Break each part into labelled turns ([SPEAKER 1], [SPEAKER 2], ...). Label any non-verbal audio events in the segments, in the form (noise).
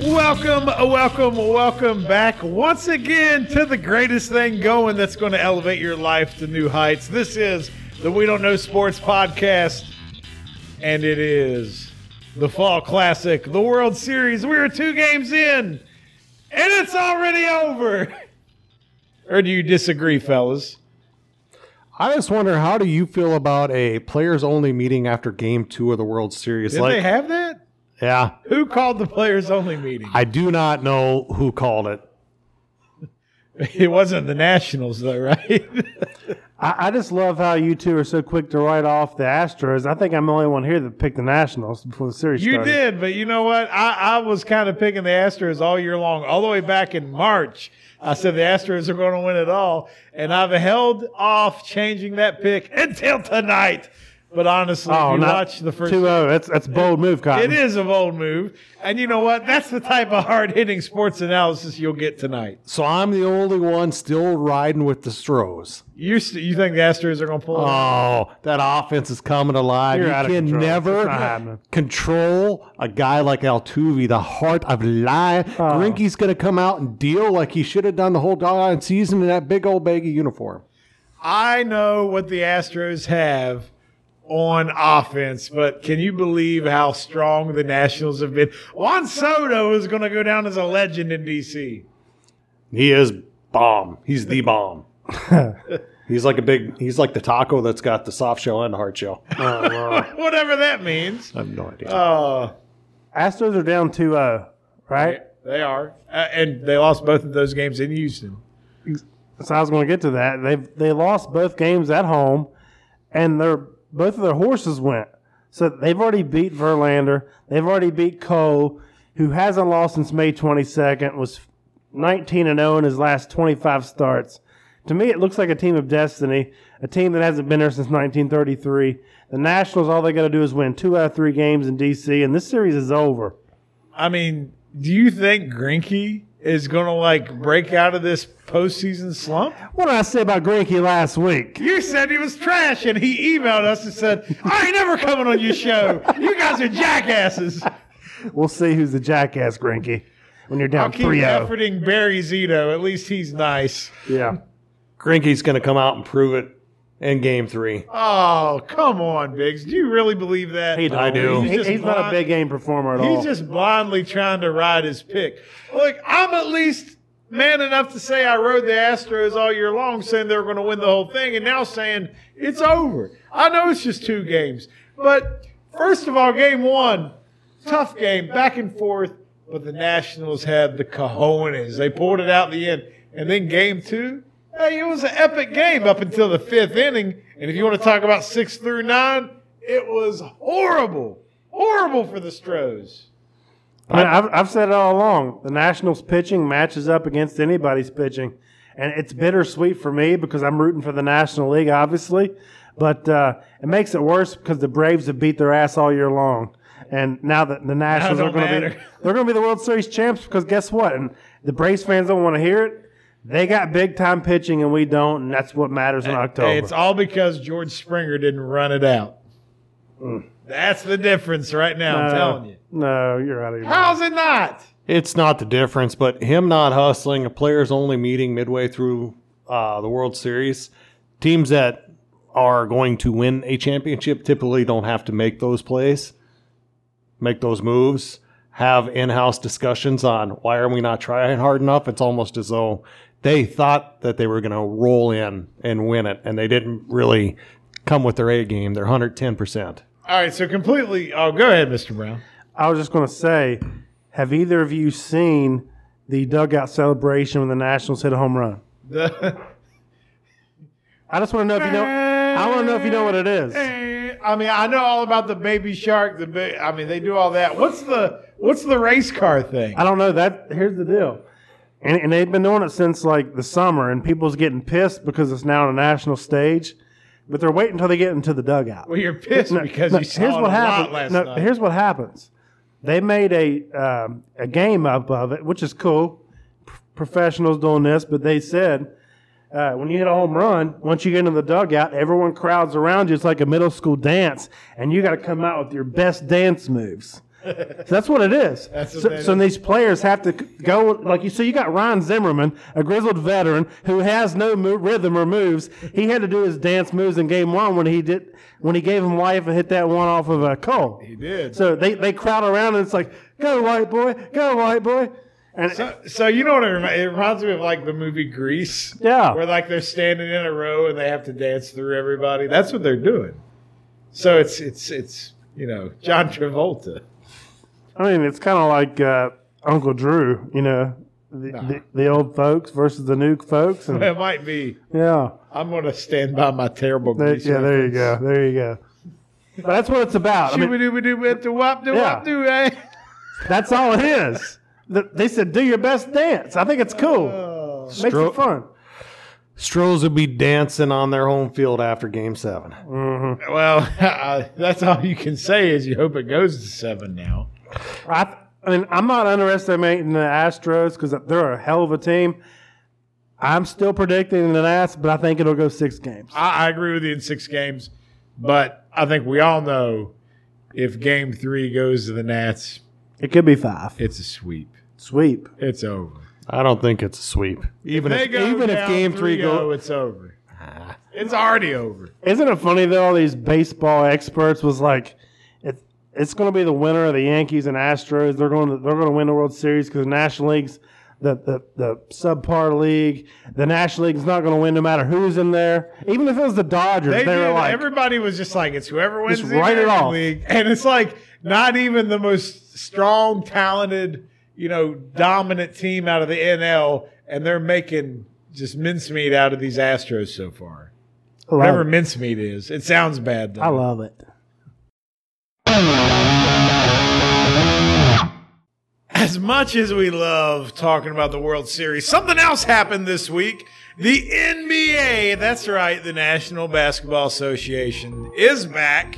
[SPEAKER 1] Welcome, welcome, welcome back once again to the greatest thing going that's going to elevate your life to new heights. This is the We Don't Know Sports podcast, and it is the Fall Classic, the World Series. We are two games in, and it's already over. (laughs) Or do you disagree, fellas?
[SPEAKER 2] I just wonder how do you feel about a players only meeting after game two of the World Series?
[SPEAKER 1] Did they have that?
[SPEAKER 2] yeah,
[SPEAKER 1] Who called the players only meeting? (laughs)
[SPEAKER 2] I do not know who called it.
[SPEAKER 1] It wasn't the Nationals, though, right? (laughs)
[SPEAKER 3] I, I just love how you two are so quick to write off the Astros. I think I'm the only one here that picked the Nationals before the series
[SPEAKER 1] You
[SPEAKER 3] started.
[SPEAKER 1] did, but you know what? I, I was kind of picking the Astros all year long, all the way back in March. I said the Astros are going to win it all, and I've held off changing that pick (laughs) until tonight. But honestly,
[SPEAKER 3] Oh,
[SPEAKER 1] if you
[SPEAKER 3] not
[SPEAKER 1] watch the first.
[SPEAKER 3] two zero. That's that's a bold move, Cotton.
[SPEAKER 1] It is a bold move. And you know what? That's the type of hard hitting sports analysis you'll get tonight.
[SPEAKER 2] So I'm the only one still riding with the Stros.
[SPEAKER 1] You, st- you think the Astros are going to pull it? off?
[SPEAKER 2] Oh, that offense is coming alive.
[SPEAKER 3] You're
[SPEAKER 2] you
[SPEAKER 3] out of
[SPEAKER 2] can
[SPEAKER 3] control. It's not
[SPEAKER 2] never
[SPEAKER 3] happening.
[SPEAKER 2] control a guy like Altuve, the heart of life. Grinky's going to come out and deal like he should have done the whole doggone season in that big old baggy uniform.
[SPEAKER 1] I know what the Astros have on offense, but can you believe how strong the Nationals have been? Juan Soto is going to go down as a legend in DC.
[SPEAKER 2] He is bomb. He's the (laughs) bomb. he's like a big. He's like the taco that's got the soft shell and the hard shell. I (laughs)
[SPEAKER 1] Whatever that means.
[SPEAKER 2] have no idea.
[SPEAKER 1] Uh,
[SPEAKER 3] Astros are down 2-0, right?
[SPEAKER 1] they are. Uh, and they lost both of those games in Houston.
[SPEAKER 3] So I was going to get to that. They they lost both games at home, and their both of their horses went. So they've already beat Verlander. They've already beat Cole, who hasn't lost since May 22nd. Was 19 and 0 in his last 25 starts. To me, it looks like a team of destiny, a team that hasn't been there since 1933. The Nationals, all they got to do is win two out of three games in D.C., and this series is over.
[SPEAKER 1] I mean, do you think Grinky is going to like break out of this postseason slump?
[SPEAKER 3] What did I say about Greinke last week?
[SPEAKER 1] You said he was trash, and he emailed us and said, I ain't never coming on your show. You guys are jackasses.
[SPEAKER 3] We'll see who's the jackass, Greinke, when you're
[SPEAKER 1] I'll
[SPEAKER 3] down
[SPEAKER 1] keep
[SPEAKER 3] 3 0.
[SPEAKER 2] oh.
[SPEAKER 1] efforting Barry Zito. At least he's nice.
[SPEAKER 3] Yeah.
[SPEAKER 2] Grinky's going to come out and prove it in Game Three.
[SPEAKER 1] Oh, come on, Biggs. Do you really believe that?
[SPEAKER 2] don't. I do.
[SPEAKER 1] He's
[SPEAKER 3] He-
[SPEAKER 1] just
[SPEAKER 3] he's not a
[SPEAKER 1] blind-
[SPEAKER 3] big game performer at all.
[SPEAKER 1] He's just blindly trying to ride his pick. Look, I'm at least man enough to say I rode the Astros all year long saying they were going to win the whole thing and now saying it's over. I know it's just two games. But first of all, game one, tough game, back and forth. But the Nationals had the cojones. They pulled it out in the end. And then game two, hey, it was an epic game up until the fifth inning. And if you want to talk about six through nine, it was horrible. Horrible for the Stros.
[SPEAKER 3] I mean, I've, I've said it all along. The Nationals pitching matches up against anybody's pitching. And it's bittersweet for me because I'm rooting for the National League, obviously. But uh, it makes it worse because the Braves have beat their ass all year long. And now that the Nationals
[SPEAKER 1] don't
[SPEAKER 3] are going to be,
[SPEAKER 1] matter.
[SPEAKER 3] (laughs) they're going to be the World Series champs because guess what? And the Braves fans don't want to hear it. They got big time pitching and we don't, and that's what matters in October.
[SPEAKER 1] It's all because George Springer didn't run it out. That's the difference right now, I'm
[SPEAKER 3] No,
[SPEAKER 1] telling you.
[SPEAKER 3] Uh, No, you're out of your mind.
[SPEAKER 1] How's it not?
[SPEAKER 2] It's not the difference, but him not hustling, a players only meeting midway through uh, the World Series, teams that are going to win a championship typically don't have to make those plays, make those moves, have in house discussions on why are we not trying hard enough. It's almost as though they thought that they were going to roll in and win it, and they didn't really come with their A game, their 110%.
[SPEAKER 1] All right, so completely. Oh, go ahead, Mr. Brown.
[SPEAKER 3] I was just going to say, have either of you seen the dugout celebration when the Nationals hit a home run?
[SPEAKER 1] The-
[SPEAKER 3] I just want to know if you know. I want to know if you know what it is.
[SPEAKER 1] I mean, I know all about the baby shark. The ba- I mean, they do all that. What's the what's the race car thing?
[SPEAKER 3] I don't know that. Here's the deal, and, and they've been doing it since like the summer, and people's getting pissed because it's now on a national stage, but they're waiting until they get into the dugout.
[SPEAKER 1] Well, you're pissed
[SPEAKER 3] No,
[SPEAKER 1] because
[SPEAKER 3] no,
[SPEAKER 1] you saw it a lot
[SPEAKER 3] happens.
[SPEAKER 1] last
[SPEAKER 3] No,
[SPEAKER 1] night.
[SPEAKER 3] Here's what happens. They made a um, a game up of it, which is cool. P- professionals doing this, but they said uh, when you hit a home run, once you get into the dugout,
[SPEAKER 1] (laughs)
[SPEAKER 3] everyone crowds around you. It's like a middle school dance, and you got to come out with your best dance moves. So that's what it is.
[SPEAKER 1] That's what
[SPEAKER 3] so,
[SPEAKER 1] that
[SPEAKER 3] so
[SPEAKER 1] is.
[SPEAKER 3] these players have to c- go like you. So you got Ryan Zimmerman, a grizzled veteran who has no mo- rhythm or moves. He had to do his dance moves in game one when he did when he gave him life and hit that one off of a Cole. He
[SPEAKER 1] did.
[SPEAKER 3] So they, they crowd around and it's like, go white boy, go white boy, and
[SPEAKER 1] So, so you know what it, remi- it reminds me of like the movie Grease.
[SPEAKER 3] Yeah.
[SPEAKER 1] Where like they're standing in a row and they have to dance through everybody. That's what they're doing. So it's it's it's you know John Travolta.
[SPEAKER 3] I mean, it's kind of like uh, Uncle Drew, you know, the, the, the old folks versus the new folks, and
[SPEAKER 1] (laughs) It might be.
[SPEAKER 3] yeah,
[SPEAKER 1] I'm gonna stand by my terrible
[SPEAKER 3] There-
[SPEAKER 1] Grease.
[SPEAKER 3] yeah, there you go, there you go. But that's what it's about. I mean,
[SPEAKER 1] Shoo doo doo at the wop doo wop doo. eh?
[SPEAKER 3] that's all it is. The, they said, "Do your best dance." I think it's cool. Makes
[SPEAKER 2] Stro-
[SPEAKER 3] it fun.
[SPEAKER 2] Stros would be dancing on their home field after game seven.
[SPEAKER 1] Well, (laughs) uh, that's all you can say is you hope it goes to seven now.
[SPEAKER 3] I, th- I mean, I'm not underestimating the Astros because they're a hell of a team. I'm still predicting an ass, but I think it'll go six games.
[SPEAKER 1] I, I agree with you in six games, but I think we all know if Game Three goes to the Nats,
[SPEAKER 3] It could be five.
[SPEAKER 1] it's a sweep.
[SPEAKER 3] Sweep.
[SPEAKER 1] It's over.
[SPEAKER 2] I don't think it's a sweep. Even
[SPEAKER 1] They
[SPEAKER 2] if,
[SPEAKER 1] go
[SPEAKER 2] even if
[SPEAKER 1] down
[SPEAKER 2] game three Ah.
[SPEAKER 1] 3-0,
[SPEAKER 2] goes,
[SPEAKER 1] it's over. It's already over.
[SPEAKER 3] Isn't it funny though? All these baseball experts was like, it, "It's going to be the winner of the Yankees and Astros. They're going to they're going to win the World Series because the National League's the, the the subpar league. The National League's not going to win no matter who's in there. Even if it was the Dodgers,
[SPEAKER 1] They
[SPEAKER 3] they, were
[SPEAKER 1] did.
[SPEAKER 3] like,
[SPEAKER 1] everybody was just like, it's whoever wins
[SPEAKER 3] Just
[SPEAKER 1] the
[SPEAKER 3] write it
[SPEAKER 1] American
[SPEAKER 3] off.
[SPEAKER 1] League. (laughs) And it's like not even the most strong, talented, you know, dominant team out of the NL, and they're making just mincemeat out of these Astros so far.
[SPEAKER 3] I love
[SPEAKER 1] Whatever
[SPEAKER 3] it.
[SPEAKER 1] mincemeat is, it sounds bad though.
[SPEAKER 3] I love it.
[SPEAKER 1] As much as we love talking about the World Series, something else happened this week. The NBA, that's right, the National Basketball Association is back.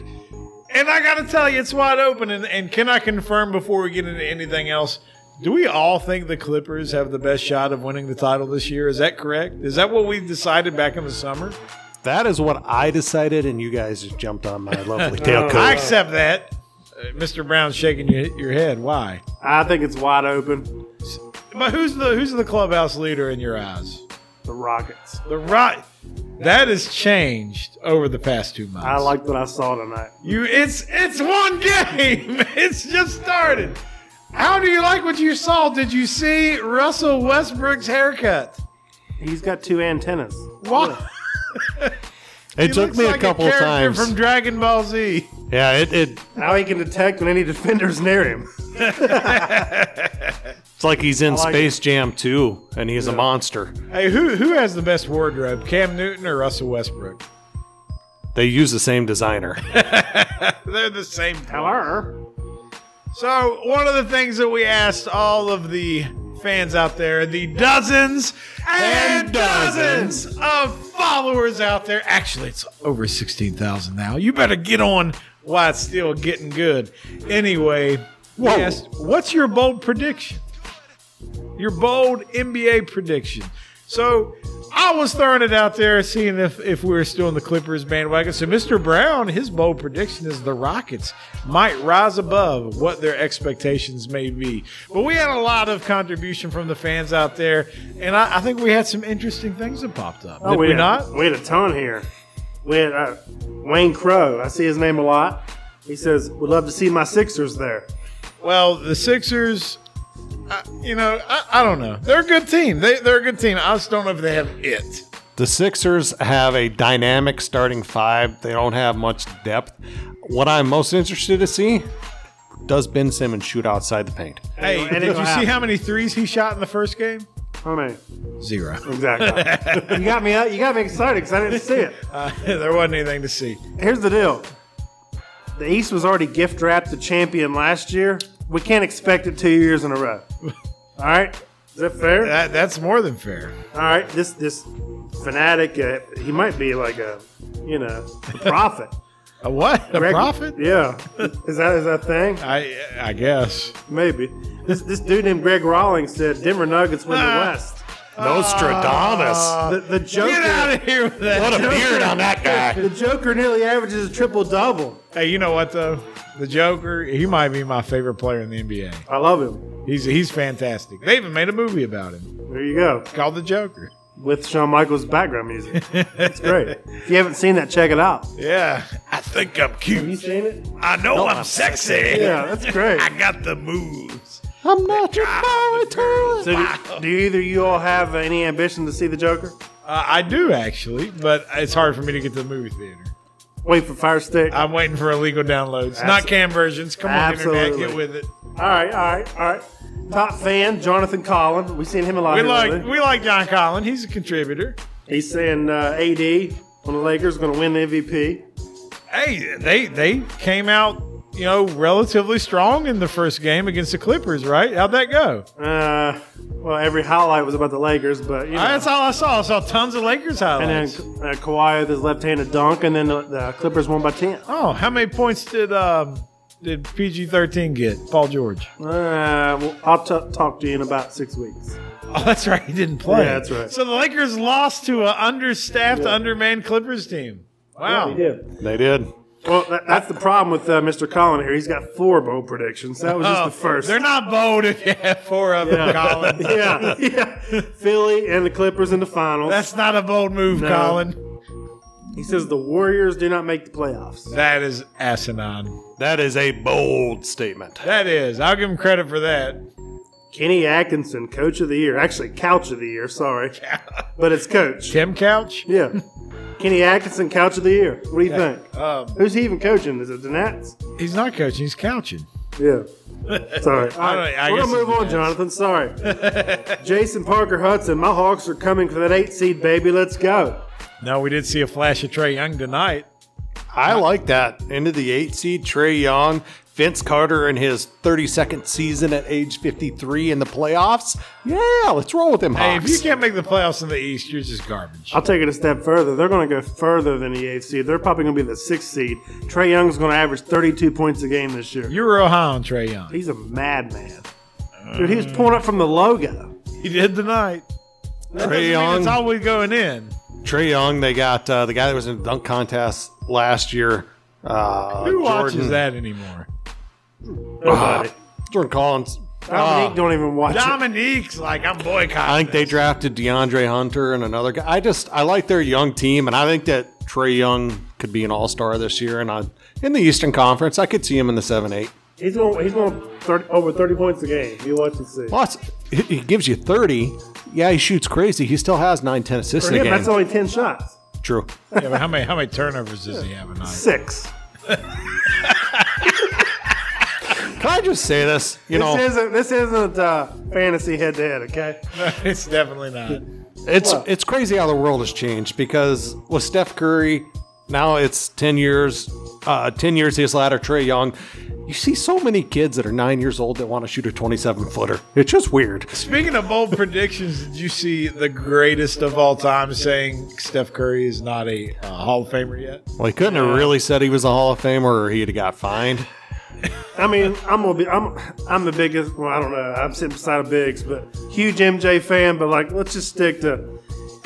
[SPEAKER 1] And I got to tell you, it's wide open. And, and can I confirm before we get into anything else? Do we all think the Clippers have the best shot of winning the title this year? Is that correct? Is that what we decided back in the summer?
[SPEAKER 2] that is what I decided, and you guys just jumped on my lovely (laughs) tailcoat.
[SPEAKER 1] I accept that. Uh, Mr. Brown's shaking your, your head. Why?
[SPEAKER 3] I think it's wide open.
[SPEAKER 1] But who's the who's the clubhouse leader in your eyes?
[SPEAKER 3] The Rockets.
[SPEAKER 1] The right that has changed over the past two months.
[SPEAKER 3] I liked what I saw tonight.
[SPEAKER 1] you. It's it's one game. (laughs) It's just started. How do you like what you saw? Did you see Russell Westbrook's haircut?
[SPEAKER 3] He's got two antennas.
[SPEAKER 1] What?
[SPEAKER 2] it took me a couple of times.
[SPEAKER 1] from Dragon Ball Z.
[SPEAKER 2] yeah, it, it
[SPEAKER 3] Now he can detect when any defender's near him.
[SPEAKER 2] it's like he's in
[SPEAKER 3] like
[SPEAKER 2] Space Jam 2, and he's a monster.
[SPEAKER 1] Hey, who who has the best wardrobe? Cam Newton or Russell Westbrook? (laughs)
[SPEAKER 2] They use the same designer. (laughs)
[SPEAKER 1] They're the same. Time.
[SPEAKER 3] Hello.
[SPEAKER 1] So, one of the things that we asked all of the fans out there, the dozens and,
[SPEAKER 2] And
[SPEAKER 1] dozens.
[SPEAKER 2] dozens.
[SPEAKER 1] of followers out there, actually, it's over 16,000 now. You better get on while it's still getting good. Anyway, we
[SPEAKER 2] Whoa.
[SPEAKER 1] asked, what's your bold prediction? Your bold NBA prediction. So, I was throwing it out there, seeing if, if we were still in the Clippers bandwagon. So, Mr. Brown, his bold prediction is the Rockets might rise above what their expectations may be. But we had a lot of contribution from the fans out there, and I, I think we had some interesting things that popped up. Did we,
[SPEAKER 3] had,
[SPEAKER 1] not?
[SPEAKER 3] We had a ton here. We had uh, Wayne Crow. I see his name a lot. He says, "Would love to see my Sixers there."
[SPEAKER 1] Well, the Sixers, I, you know, I, I don't know. They're a good team. They, they're a good team. I just don't know if they have it.
[SPEAKER 2] The Sixers have a dynamic starting five. They don't have much depth. What I'm most interested to see does Ben Simmons shoot outside the paint?
[SPEAKER 1] Hey,
[SPEAKER 3] And it
[SPEAKER 1] did you
[SPEAKER 3] will
[SPEAKER 1] see
[SPEAKER 3] happen.
[SPEAKER 1] how many threes he shot in the first game?
[SPEAKER 3] How many?
[SPEAKER 1] Zero.
[SPEAKER 3] Exactly. you got me. Out, you got me excited because I didn't see it.
[SPEAKER 1] (laughs) Uh, there wasn't anything to see.
[SPEAKER 3] Here's the deal: the East was already gift wrapped the champion last year. We can't expect it two years in a row. All right, is that fair?
[SPEAKER 1] That, that's more than fair.
[SPEAKER 3] All right, this this fanatic, uh, he might be like a, you know, a prophet.
[SPEAKER 1] A what? A
[SPEAKER 3] Greg-
[SPEAKER 1] profit?
[SPEAKER 3] Yeah, is that is that a thing?
[SPEAKER 1] I I guess.
[SPEAKER 3] Maybe this this dude named Greg Rawlings said Denver Nuggets win the
[SPEAKER 1] Ah.
[SPEAKER 3] West.
[SPEAKER 4] Nostradamus.
[SPEAKER 3] The, the
[SPEAKER 1] Get out
[SPEAKER 3] Joker.
[SPEAKER 1] of here with that.
[SPEAKER 4] what a beard on that guy.
[SPEAKER 2] (laughs)
[SPEAKER 3] The Joker nearly averages a triple double.
[SPEAKER 1] Hey, you know what though? The Joker, he might be my favorite player in the NBA.
[SPEAKER 3] I love him.
[SPEAKER 1] He's he's fantastic. They even made a movie about him
[SPEAKER 3] There you go.
[SPEAKER 1] called The Joker.
[SPEAKER 3] With Shawn Michaels' background music. It's great. if you haven't seen that, check it out.
[SPEAKER 1] (laughs) Yeah.
[SPEAKER 4] I think I'm cute.
[SPEAKER 3] seen it?
[SPEAKER 4] I know I'm, sexy.
[SPEAKER 3] Yeah, that's
[SPEAKER 1] (laughs)
[SPEAKER 3] great.
[SPEAKER 4] I got the moves.
[SPEAKER 2] I'm not your
[SPEAKER 3] So
[SPEAKER 2] baritone.
[SPEAKER 3] do, do either you all have any ambition to see the Joker?
[SPEAKER 1] Uh, I do actually, but it's hard for me to get to the movie theater.
[SPEAKER 3] Wait for Fire Stick.
[SPEAKER 1] I'm waiting for illegal downloads, not cam versions. Come on, internet,
[SPEAKER 3] Absolutely.
[SPEAKER 1] get with it.
[SPEAKER 3] all right, all right, all right. Top fan, Jonathan Collin. We've seen him a lot.
[SPEAKER 1] We
[SPEAKER 3] here
[SPEAKER 1] like
[SPEAKER 3] lately.
[SPEAKER 1] we like John Collin. He's a contributor.
[SPEAKER 3] He's saying uh, AD on the Lakers going to win the MVP.
[SPEAKER 1] Hey, they they came out you know relatively strong in the first game against the Clippers, right? How'd that go?
[SPEAKER 3] Uh, well, every highlight was about the Lakers, but you know.
[SPEAKER 1] That's all I saw. I saw tons of Lakers
[SPEAKER 3] and then
[SPEAKER 1] highlights.
[SPEAKER 3] uh, Kawhi with his left-handed dunk, and then the, the Clippers won by ten. Uh,
[SPEAKER 1] oh, how many points did um, did PG thirteen get? Paul George. (laughs)
[SPEAKER 3] Uh, well, I'll t- talk to you in about six weeks.
[SPEAKER 1] Oh, that's right. He didn't play.
[SPEAKER 3] Yeah, that's right.
[SPEAKER 1] So the Lakers lost to an understaffed, undermanned Clippers team. Wow.
[SPEAKER 2] They did.
[SPEAKER 3] Well, that, that's the problem with uh, Mr. Collin here. He's got four bowl predictions. That was just
[SPEAKER 1] Oh,
[SPEAKER 3] the first.
[SPEAKER 1] They're not bold (laughs) if you have four of them, Colin.
[SPEAKER 3] (laughs) yeah, yeah. Philly and the Clippers in the finals.
[SPEAKER 1] That's not a bold move,
[SPEAKER 3] No.
[SPEAKER 1] Colin.
[SPEAKER 3] he says the Warriors do not make the playoffs.
[SPEAKER 1] That is asinine.
[SPEAKER 4] That is a bold statement.
[SPEAKER 1] That is. I'll give him credit for that.
[SPEAKER 3] Kenny Atkinson, coach of the year. Actually, couch of the year.
[SPEAKER 1] (laughs)
[SPEAKER 3] Sorry, but it's coach.
[SPEAKER 1] Tim Couch?
[SPEAKER 3] Yeah. Kenny Atkinson, couch of the year. What do you think?
[SPEAKER 1] Um,
[SPEAKER 3] Who's he even coaching? Is it the Nats?
[SPEAKER 1] he's not coaching, he's couching.
[SPEAKER 3] (laughs) Yeah. Sorry. All right.
[SPEAKER 1] don't- I
[SPEAKER 3] We're
[SPEAKER 1] guess
[SPEAKER 3] gonna move
[SPEAKER 1] it's
[SPEAKER 3] on, Jonathan. Sorry. Jason Parker Hudson, my Hawks are coming for that eight seed, baby. Let's go.
[SPEAKER 1] No, we did see a flash of Trey Young tonight.
[SPEAKER 2] I like that. Into the eight seed, Trey Young, Vince Carter in his 32nd season at age 53 in the playoffs. Yeah, let's roll with them
[SPEAKER 1] Hey,
[SPEAKER 2] Hawks.
[SPEAKER 1] if you can't make the playoffs in the East, you're just garbage.
[SPEAKER 3] I'll take it a step further. They're going to go further than the eighth seed. They're probably going to be the sixth seed. Trey Young's going to average 32 points a game this year.
[SPEAKER 1] You were real high on Trey Young.
[SPEAKER 3] He's a madman. Dude, he was pulling up from the logo.
[SPEAKER 1] He did tonight.
[SPEAKER 2] Trey
[SPEAKER 1] I mean,
[SPEAKER 2] Young,
[SPEAKER 1] it's always going in.
[SPEAKER 2] Trey Young. They got uh, the guy that was in the dunk contest last year. Uh,
[SPEAKER 1] Who watches
[SPEAKER 2] Jordan,
[SPEAKER 1] that anymore?
[SPEAKER 3] Nobody.
[SPEAKER 2] Jordan Collins.
[SPEAKER 3] Dominique
[SPEAKER 2] Uh,
[SPEAKER 3] don't even watch it.
[SPEAKER 1] Dominique's like, I'm boycotting.
[SPEAKER 2] I think they
[SPEAKER 1] this.
[SPEAKER 2] drafted DeAndre Hunter and another guy. I just I like their young team, and I think that Trey Young could be an All Star this year. And I in the Eastern Conference, I could see him in the seven eight.
[SPEAKER 3] He's going. He's going 30, over 30 points a game. You watch and see.
[SPEAKER 2] Plus, he- he gives you 30. Yeah, he shoots crazy. He still has 9, 10 assists
[SPEAKER 3] For
[SPEAKER 2] in
[SPEAKER 3] him,
[SPEAKER 2] a game.
[SPEAKER 3] that's only 10 shots.
[SPEAKER 2] True.
[SPEAKER 1] Yeah, but how many how many turnovers does he have a night?
[SPEAKER 3] Six.
[SPEAKER 2] Can I just say this? You know,
[SPEAKER 3] this isn't this isn't uh, fantasy head to head, okay?
[SPEAKER 1] (laughs) it's definitely not.
[SPEAKER 2] it's it's crazy how the world has changed because with Steph Curry, now it's 10 years, uh, 10 years his ladder, Trey Young. You see so many kids that are nine years old that want to shoot a 27 footer. It's just weird.
[SPEAKER 1] Speaking of bold predictions, did you see the greatest of all time saying Steph Curry is not a uh, Hall of Famer yet?
[SPEAKER 2] Well, he couldn't have really said he was a Hall of Famer or he'd have got fined.
[SPEAKER 3] I mean, I'm gonna be I'm I'm the biggest. Well, I don't know. I'm sitting beside a bigs, but huge MJ fan. But like, let's just stick to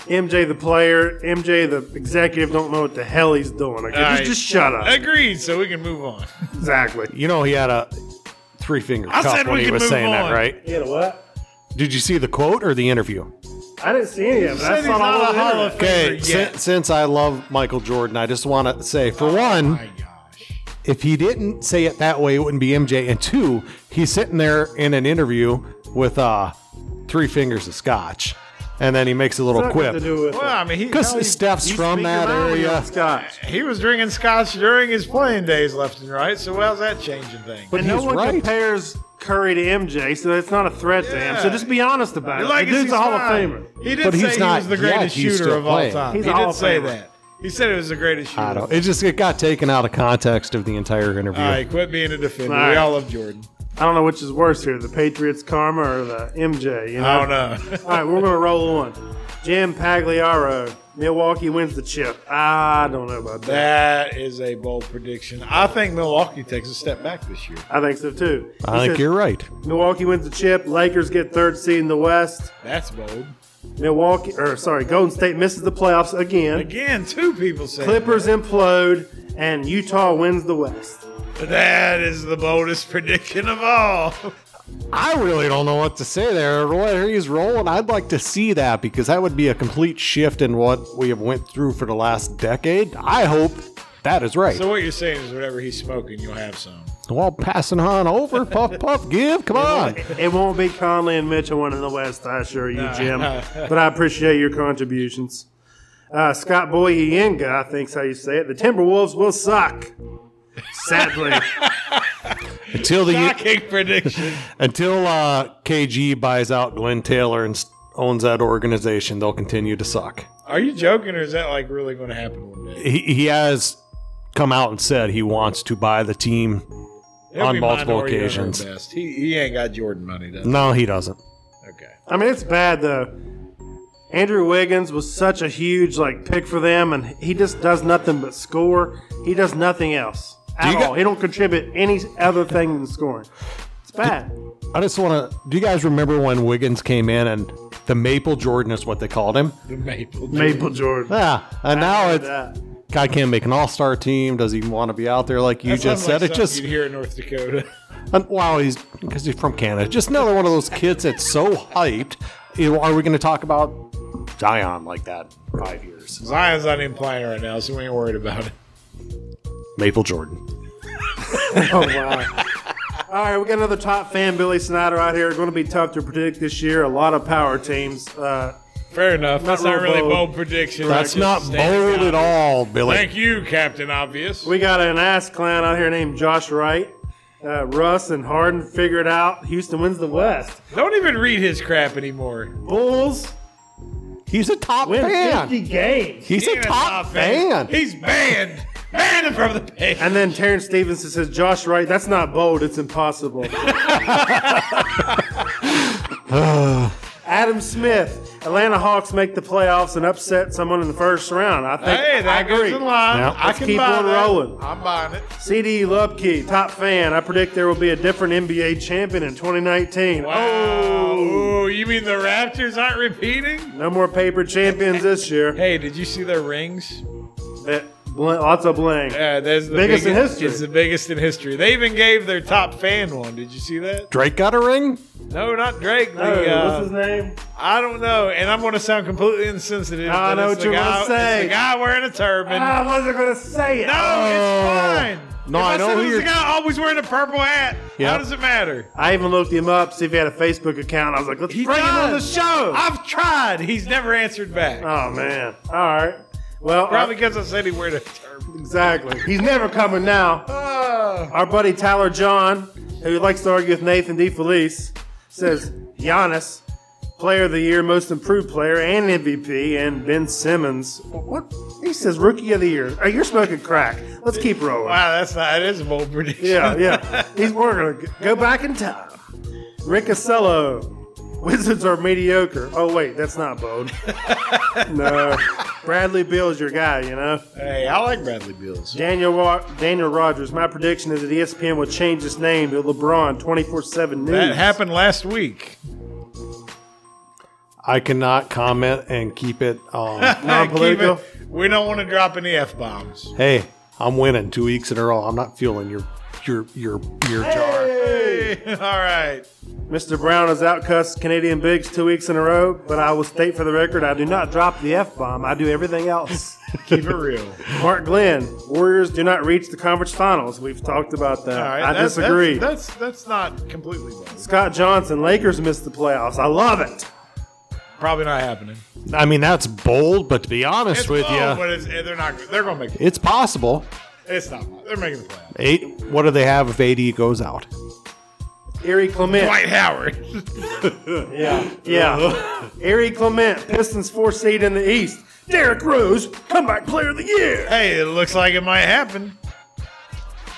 [SPEAKER 3] MJ the player. MJ the executive don't know what the hell he's doing. Okay, just,
[SPEAKER 1] right.
[SPEAKER 3] just shut up.
[SPEAKER 1] Agreed. So we can move on.
[SPEAKER 3] Exactly.
[SPEAKER 2] You know, he had a three finger
[SPEAKER 1] I
[SPEAKER 2] cup
[SPEAKER 1] said
[SPEAKER 2] when
[SPEAKER 1] we
[SPEAKER 2] he
[SPEAKER 1] could
[SPEAKER 2] was
[SPEAKER 1] move
[SPEAKER 2] saying that,
[SPEAKER 1] on.
[SPEAKER 2] right?
[SPEAKER 3] You know what?
[SPEAKER 2] Did you see the quote or the interview?
[SPEAKER 3] I didn't see any of it.
[SPEAKER 1] Said
[SPEAKER 3] I
[SPEAKER 1] he's
[SPEAKER 3] saw it all
[SPEAKER 1] not
[SPEAKER 3] over
[SPEAKER 1] a Hall
[SPEAKER 3] the
[SPEAKER 1] of
[SPEAKER 3] internet.
[SPEAKER 2] Okay,
[SPEAKER 1] Favorite
[SPEAKER 2] sin
[SPEAKER 1] yet.
[SPEAKER 2] since I love Michael Jordan, I just want to say for one,
[SPEAKER 1] Oh My gosh.
[SPEAKER 2] if he didn't say it that way, it wouldn't be MJ. And two, he's sitting there in an interview with uh, three fingers of scotch, and then he makes a little
[SPEAKER 3] Nothing to
[SPEAKER 2] quip
[SPEAKER 3] do with
[SPEAKER 1] Well,
[SPEAKER 3] it.
[SPEAKER 1] I mean, he,
[SPEAKER 2] because
[SPEAKER 1] hell, he,
[SPEAKER 2] Steph's
[SPEAKER 3] You
[SPEAKER 2] from
[SPEAKER 3] speak your
[SPEAKER 2] that
[SPEAKER 3] mind when you're
[SPEAKER 2] area.
[SPEAKER 3] on Scotch.
[SPEAKER 1] he was drinking scotch during his playing days, left and right. So how's that changing things?
[SPEAKER 3] But no
[SPEAKER 2] he's
[SPEAKER 3] one
[SPEAKER 2] right.
[SPEAKER 3] compares Curry to MJ, so it's not a threat to him. So
[SPEAKER 1] Yeah.
[SPEAKER 3] just be honest about
[SPEAKER 1] Your
[SPEAKER 3] it. The dude's
[SPEAKER 1] legacy's
[SPEAKER 3] a Hall
[SPEAKER 1] fine.
[SPEAKER 3] of Famer.
[SPEAKER 1] He did
[SPEAKER 2] But
[SPEAKER 1] say
[SPEAKER 2] he's
[SPEAKER 1] he
[SPEAKER 2] not
[SPEAKER 1] was the
[SPEAKER 2] yet.
[SPEAKER 1] greatest
[SPEAKER 2] He's
[SPEAKER 1] shooter
[SPEAKER 2] still
[SPEAKER 1] of all
[SPEAKER 2] playing.
[SPEAKER 1] time.
[SPEAKER 3] He's
[SPEAKER 1] he
[SPEAKER 3] a Hall
[SPEAKER 1] did
[SPEAKER 3] of
[SPEAKER 1] say
[SPEAKER 3] Famer.
[SPEAKER 1] that. He said it was the greatest shooter.
[SPEAKER 2] I don't. It just it got taken out of context of the entire interview.
[SPEAKER 1] All right, quit being a defender.
[SPEAKER 3] All right.
[SPEAKER 1] We all love Jordan.
[SPEAKER 3] I don't know which is worse here, the Patriots karma or the MJ. You know?
[SPEAKER 1] I don't know.
[SPEAKER 3] All right, we're gonna roll on. Jim Pagliaro, Milwaukee wins the chip. I don't know about that.
[SPEAKER 1] (laughs) That is a bold prediction. I think Milwaukee takes a step back this year.
[SPEAKER 3] I think so too. He
[SPEAKER 2] I think
[SPEAKER 3] says
[SPEAKER 2] you're right.
[SPEAKER 3] Milwaukee wins the chip. Lakers get third seed in the West.
[SPEAKER 1] That's bold.
[SPEAKER 3] Milwaukee, or sorry, Golden State misses the playoffs again.
[SPEAKER 1] Again, two people say
[SPEAKER 3] Clippers implode, and Utah wins the West.
[SPEAKER 1] that is the boldest prediction of all.
[SPEAKER 2] I really don't know what to say there. Roy he's rolling. I'd like to see that because that would be a complete shift in what we have went through for the last decade. I hope that is right.
[SPEAKER 1] So what you're saying is whatever he's smoking, you'll have some.
[SPEAKER 2] Well, passing on (laughs) over, puff, puff, give. Come on.
[SPEAKER 3] It, it won't be Conley and Mitchell winning the West, I assure you, Jim. but I appreciate your contributions. Uh, Scott Boyenga, I think's how you say it. The Timberwolves will suck. Sadly,
[SPEAKER 2] Until the
[SPEAKER 1] Shocking prediction.
[SPEAKER 2] until uh, KG buys out Glenn Taylor and s- owns that organization, they'll continue to suck.
[SPEAKER 1] Are you joking, or is that like really going to happen one day?
[SPEAKER 2] He, he has come out and said he wants to buy the team.
[SPEAKER 1] It'll
[SPEAKER 2] On
[SPEAKER 1] be
[SPEAKER 2] multiple
[SPEAKER 1] minority owner
[SPEAKER 2] occasions.
[SPEAKER 1] best. He, he ain't got Jordan money, does he?
[SPEAKER 2] No, he doesn't.
[SPEAKER 1] Okay.
[SPEAKER 3] I mean it's bad though. Andrew Wiggins was such a huge like pick for them, and he just does nothing but score. He does nothing else at
[SPEAKER 2] you got-
[SPEAKER 3] all. he don't contribute any other thing than scoring. It's bad.
[SPEAKER 2] I just want to. Do you guys remember when Wiggins came in and the Maple Jordan is what they called him?
[SPEAKER 1] The Maple.
[SPEAKER 3] Maple Jordan.
[SPEAKER 2] Yeah, (laughs) and now it's
[SPEAKER 3] That.
[SPEAKER 2] God can't make an all star team. Does he want to be out there like you
[SPEAKER 1] That's
[SPEAKER 2] just
[SPEAKER 1] unlike
[SPEAKER 2] said? It
[SPEAKER 1] something
[SPEAKER 2] just
[SPEAKER 1] you'd hear in North Dakota.
[SPEAKER 2] and, wow, he's because he's from Canada. Just another one of those kids that's so hyped. You know, are we going to talk about Zion like that? in Five years,
[SPEAKER 1] Zion's not even playing right now, so we ain't worried about it.
[SPEAKER 2] Maple Jordan.
[SPEAKER 3] Oh wow. All right, we got another top fan, Billy Snyder, out here. Going to be tough to predict this year. A lot of power teams. Uh,
[SPEAKER 1] Fair enough. That's not
[SPEAKER 3] real
[SPEAKER 1] really
[SPEAKER 3] bold.
[SPEAKER 1] bold, prediction.
[SPEAKER 2] That's
[SPEAKER 1] Just
[SPEAKER 2] not
[SPEAKER 1] standing out.
[SPEAKER 2] bold at all, Billy.
[SPEAKER 1] Thank you, Captain Obvious.
[SPEAKER 3] we got an ass clown out here named Josh Wright. Uh, Russ and Harden figure it out. Houston wins the West.
[SPEAKER 1] Don't even read his crap anymore.
[SPEAKER 3] Bulls
[SPEAKER 2] He's a top
[SPEAKER 3] win
[SPEAKER 2] fan.
[SPEAKER 3] 50 games.
[SPEAKER 2] He's a
[SPEAKER 1] Even
[SPEAKER 2] top fan.
[SPEAKER 1] He's banned. Banned from the page.
[SPEAKER 3] And then Terrence Stevenson says, Josh Wright, that's not bold. It's impossible. Adam Smith, Atlanta Hawks make the playoffs and upset someone in the first round. I think
[SPEAKER 1] Hey, that
[SPEAKER 3] I agree.
[SPEAKER 1] goes in line.
[SPEAKER 2] Yeah.
[SPEAKER 1] I
[SPEAKER 3] Let's
[SPEAKER 1] can
[SPEAKER 3] keep
[SPEAKER 1] buy
[SPEAKER 3] on
[SPEAKER 1] that.
[SPEAKER 3] rolling.
[SPEAKER 1] I'm buying it.
[SPEAKER 3] CD Lubke, top fan. I predict there will be a different NBA champion in 2019.
[SPEAKER 1] Wow. Ooh, you mean the Raptors aren't repeating?
[SPEAKER 3] Oh, no more paper champions this year.
[SPEAKER 1] Hey, did you see their rings?
[SPEAKER 3] That- bl- Lots of bling.
[SPEAKER 1] Yeah, that's the
[SPEAKER 3] Biggest in history.
[SPEAKER 1] It's the biggest in history. They even gave their top fan one. Did you see that?
[SPEAKER 2] Drake got a ring.
[SPEAKER 1] No, not Drake. The,
[SPEAKER 3] Oh,
[SPEAKER 1] uh,
[SPEAKER 3] what's his name?
[SPEAKER 1] I don't know, and I'm going to sound completely insensitive. but
[SPEAKER 3] I know
[SPEAKER 1] it's
[SPEAKER 3] what
[SPEAKER 1] the
[SPEAKER 3] you're
[SPEAKER 1] guy-
[SPEAKER 3] gonna say. Ah.
[SPEAKER 1] It's the guy wearing a turban.
[SPEAKER 3] I wasn't going to say it.
[SPEAKER 1] no, Oh,
[SPEAKER 3] Oh.
[SPEAKER 1] it's fine.
[SPEAKER 2] No,
[SPEAKER 1] if
[SPEAKER 2] I
[SPEAKER 1] I,
[SPEAKER 2] know
[SPEAKER 1] said
[SPEAKER 2] who
[SPEAKER 1] it was
[SPEAKER 2] you're-
[SPEAKER 1] the guy always wearing a purple hat.
[SPEAKER 2] Yeah.
[SPEAKER 1] How does it matter?
[SPEAKER 3] I even looked him up, see if he had a Facebook account. I was like, let's bring him on the
[SPEAKER 1] does.
[SPEAKER 3] show.
[SPEAKER 1] I've tried. He's never answered back.
[SPEAKER 3] oh, man. All right. Well,
[SPEAKER 1] Probably because I said he weared a turban.
[SPEAKER 3] exactly. He's never coming now.
[SPEAKER 1] Oh.
[SPEAKER 3] Our buddy Tyler John, who likes to argue with Nathan DeFelice, says Giannis, Player of the Year, Most Improved Player, and MVP, and Ben Simmons. What he says, Rookie of the Year. Oh, you're smoking crack. Let's keep rolling.
[SPEAKER 1] Wow, that's not. That is a bold prediction.
[SPEAKER 3] Yeah, yeah. He's we're gonna go back in time. Rick Acello. Wizards are mediocre. Oh wait, that's not bold. no, Bradley Beal's your guy. You know.
[SPEAKER 1] (laughs) Hey, I like Bradley Beals.
[SPEAKER 3] Daniel Ro- Daniel Rogers. My prediction is that E ESPN will change its name to LeBron 24/7 News.
[SPEAKER 1] That happened last week.
[SPEAKER 2] I cannot comment and keep it.
[SPEAKER 1] (laughs)
[SPEAKER 2] Um,
[SPEAKER 3] Non-political.
[SPEAKER 1] Keep it- We don't want to drop any f bombs.
[SPEAKER 2] hey, I'm winning two weeks in a row. I'm not feeling your your your beer jar.
[SPEAKER 1] Hey, (laughs) all right.
[SPEAKER 3] Mr. Brown has outcussed Canadian bigs two weeks in a row, but I will state for the record, I do not drop the f bomb. I do
[SPEAKER 1] (laughs)
[SPEAKER 3] everything else.
[SPEAKER 1] Keep it real.
[SPEAKER 3] Mark Glenn. Warriors do not reach the conference finals. We've talked about that.
[SPEAKER 1] All right, that-
[SPEAKER 3] I
[SPEAKER 1] that's-
[SPEAKER 3] disagree.
[SPEAKER 1] That's that's, not completely bold.
[SPEAKER 3] Scott Johnson, Lakers missed the playoffs. I love it.
[SPEAKER 1] Probably not happening.
[SPEAKER 2] I mean, that's bold, but to be honest
[SPEAKER 1] It's
[SPEAKER 2] with
[SPEAKER 1] bold,
[SPEAKER 2] you,
[SPEAKER 1] but it's, they're not. They're gonna make it.
[SPEAKER 2] it's possible.
[SPEAKER 1] It's not. They're making the playoffs.
[SPEAKER 2] Eight. What do they have if AD goes out?
[SPEAKER 3] Erie Clement.
[SPEAKER 1] Dwight Howard.
[SPEAKER 3] Yeah. Yeah. Erie Clement, Pistons four seed in the East. Derrick Rose, comeback player of the year.
[SPEAKER 1] (laughs) hey, it looks like it might happen.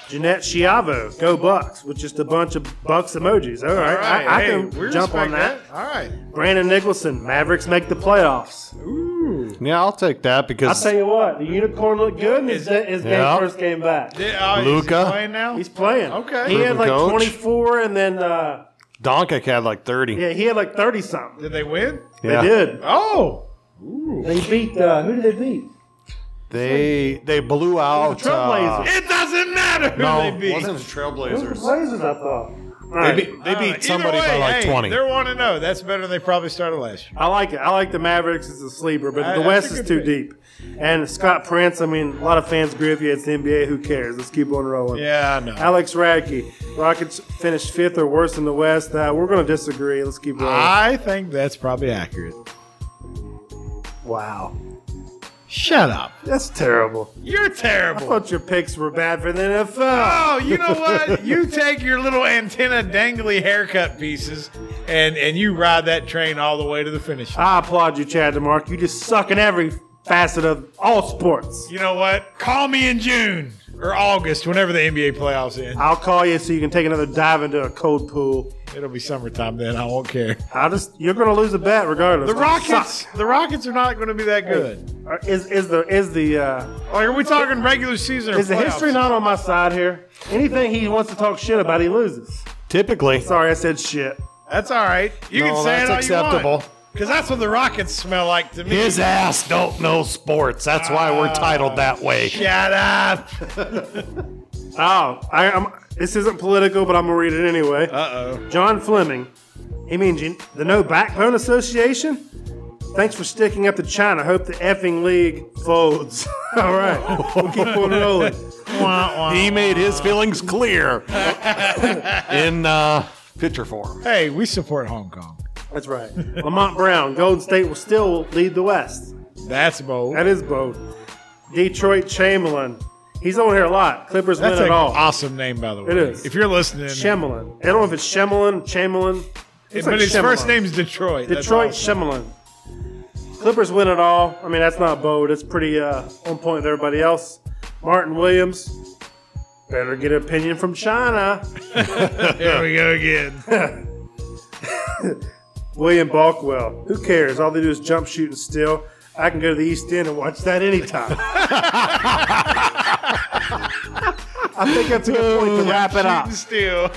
[SPEAKER 3] Jeanette Schiavo, go Bucks, with just a bunch of Bucks emojis. All right.
[SPEAKER 1] All right,
[SPEAKER 3] I, I
[SPEAKER 1] hey, we
[SPEAKER 3] can jump on that.
[SPEAKER 1] respect All right.
[SPEAKER 3] Brandon Nicholson, Mavericks make the playoffs.
[SPEAKER 1] Ooh.
[SPEAKER 2] Yeah, I'll take that
[SPEAKER 3] I'll
[SPEAKER 2] because
[SPEAKER 3] tell you what, the unicorn looked good in his, his
[SPEAKER 2] Yeah.
[SPEAKER 3] game first came back.
[SPEAKER 1] Did, oh, is he
[SPEAKER 2] Luka?
[SPEAKER 1] playing now.
[SPEAKER 3] He's playing.
[SPEAKER 1] Okay.
[SPEAKER 3] He had
[SPEAKER 2] Proven
[SPEAKER 3] like
[SPEAKER 2] coach.
[SPEAKER 3] 24 and then uh,
[SPEAKER 2] Doncic had like 30.
[SPEAKER 3] Yeah, he had like thirty something.
[SPEAKER 1] Did they win?
[SPEAKER 2] Yeah.
[SPEAKER 3] They did.
[SPEAKER 1] Oh,
[SPEAKER 3] They beat. Uh, who did they beat?
[SPEAKER 2] They they blew out.
[SPEAKER 3] Trailblazers.
[SPEAKER 2] Uh,
[SPEAKER 1] it doesn't matter who
[SPEAKER 2] no,
[SPEAKER 1] they beat.
[SPEAKER 2] wasn't it Trailblazers.
[SPEAKER 3] Blazers, I thought.
[SPEAKER 2] They beat, they beat
[SPEAKER 1] Either
[SPEAKER 2] somebody by
[SPEAKER 1] way,
[SPEAKER 2] like
[SPEAKER 1] hey,
[SPEAKER 2] 20.
[SPEAKER 1] They're one to know. That's better than they probably started last year.
[SPEAKER 3] I like it. I like the Mavericks as a sleeper, but
[SPEAKER 1] I-
[SPEAKER 3] the
[SPEAKER 1] that's
[SPEAKER 3] West
[SPEAKER 1] a good
[SPEAKER 3] is too
[SPEAKER 1] pick.
[SPEAKER 3] deep. And Scott Prince, I mean, a lot of fans agree with you. It's the NBA. Who cares? Let's keep on rolling.
[SPEAKER 1] Yeah, I know.
[SPEAKER 3] Alex Radke, Rockets finished fifth or worse in the West. Uh, we're going to disagree. Let's keep rolling.
[SPEAKER 1] I think that's probably accurate.
[SPEAKER 3] wow,
[SPEAKER 1] Shut up.
[SPEAKER 3] that's terrible.
[SPEAKER 1] You're
[SPEAKER 3] I
[SPEAKER 1] terrible.
[SPEAKER 3] thought your picks were bad for the NFL.
[SPEAKER 1] Oh, you know what? You take your little antenna dangly haircut pieces and and you ride that train all the way to the finish. line.
[SPEAKER 3] I applaud you, Chad DeMarc. You just suck in every facet of all sports.
[SPEAKER 1] You know what? Call me in June or August, whenever the NBA playoffs end.
[SPEAKER 3] I'll call you so you can take another dive into a cold pool.
[SPEAKER 1] It'll be summertime then. I won't care.
[SPEAKER 3] I just you're going to lose a bet regardless.
[SPEAKER 1] The
[SPEAKER 3] You
[SPEAKER 1] Rockets,
[SPEAKER 3] suck.
[SPEAKER 1] the Rockets are not going to be that good.
[SPEAKER 3] Or Is is the is the uh,
[SPEAKER 1] Like, are we talking regular season or
[SPEAKER 3] is the
[SPEAKER 1] playoffs?
[SPEAKER 3] history not on my side here? Anything he wants to talk shit about, he loses.
[SPEAKER 2] Typically,
[SPEAKER 3] Sorry, I said shit.
[SPEAKER 1] That's all right. You
[SPEAKER 2] No,
[SPEAKER 1] can say it all
[SPEAKER 2] that's
[SPEAKER 1] you
[SPEAKER 2] acceptable.
[SPEAKER 1] want. Because that's what the Rockets smell like to me.
[SPEAKER 2] his ass don't know sports. That's why we're titled that way.
[SPEAKER 1] Shut up.
[SPEAKER 3] Oh, I, I'm, this isn't political, but I'm gonna read it anyway.
[SPEAKER 1] Uh oh.
[SPEAKER 3] John Fleming. He means you, the No Backbone Association. Thanks for sticking up to China. Hope the effing league folds. (laughs) All right, we'll
[SPEAKER 1] (laughs)
[SPEAKER 3] keep on rolling.
[SPEAKER 2] He made his feelings clear in uh, picture form.
[SPEAKER 1] Hey, we support Hong Kong.
[SPEAKER 3] That's right. Lamont Brown. Golden State will still lead the West.
[SPEAKER 1] That's bold.
[SPEAKER 3] That is bold. Detroit Chamberlain. He's on here a lot. Clippers
[SPEAKER 1] That's
[SPEAKER 3] win
[SPEAKER 1] an
[SPEAKER 3] it all.
[SPEAKER 1] awesome name, by the way.
[SPEAKER 3] It is.
[SPEAKER 1] If you're listening,
[SPEAKER 3] Shemelin. I don't know if it's Shemelin, Chamberlain.
[SPEAKER 1] it-
[SPEAKER 3] It's
[SPEAKER 1] but
[SPEAKER 3] like
[SPEAKER 1] his first
[SPEAKER 3] Shemelin.
[SPEAKER 1] name's Detroit. That's
[SPEAKER 3] Detroit
[SPEAKER 1] awesome.
[SPEAKER 3] Shemelin. Clippers win it all. I mean, that's not bold. It's pretty uh, on point with everybody else. Martin Williams. Better get an opinion from China.
[SPEAKER 1] There we go again.
[SPEAKER 3] William Balkwell. Who cares? All they do is jump, shoot, and steal. I can go to the East End and watch that anytime. (laughs) I think that's a good point to (laughs) wrap it up.
[SPEAKER 1] Shooting still.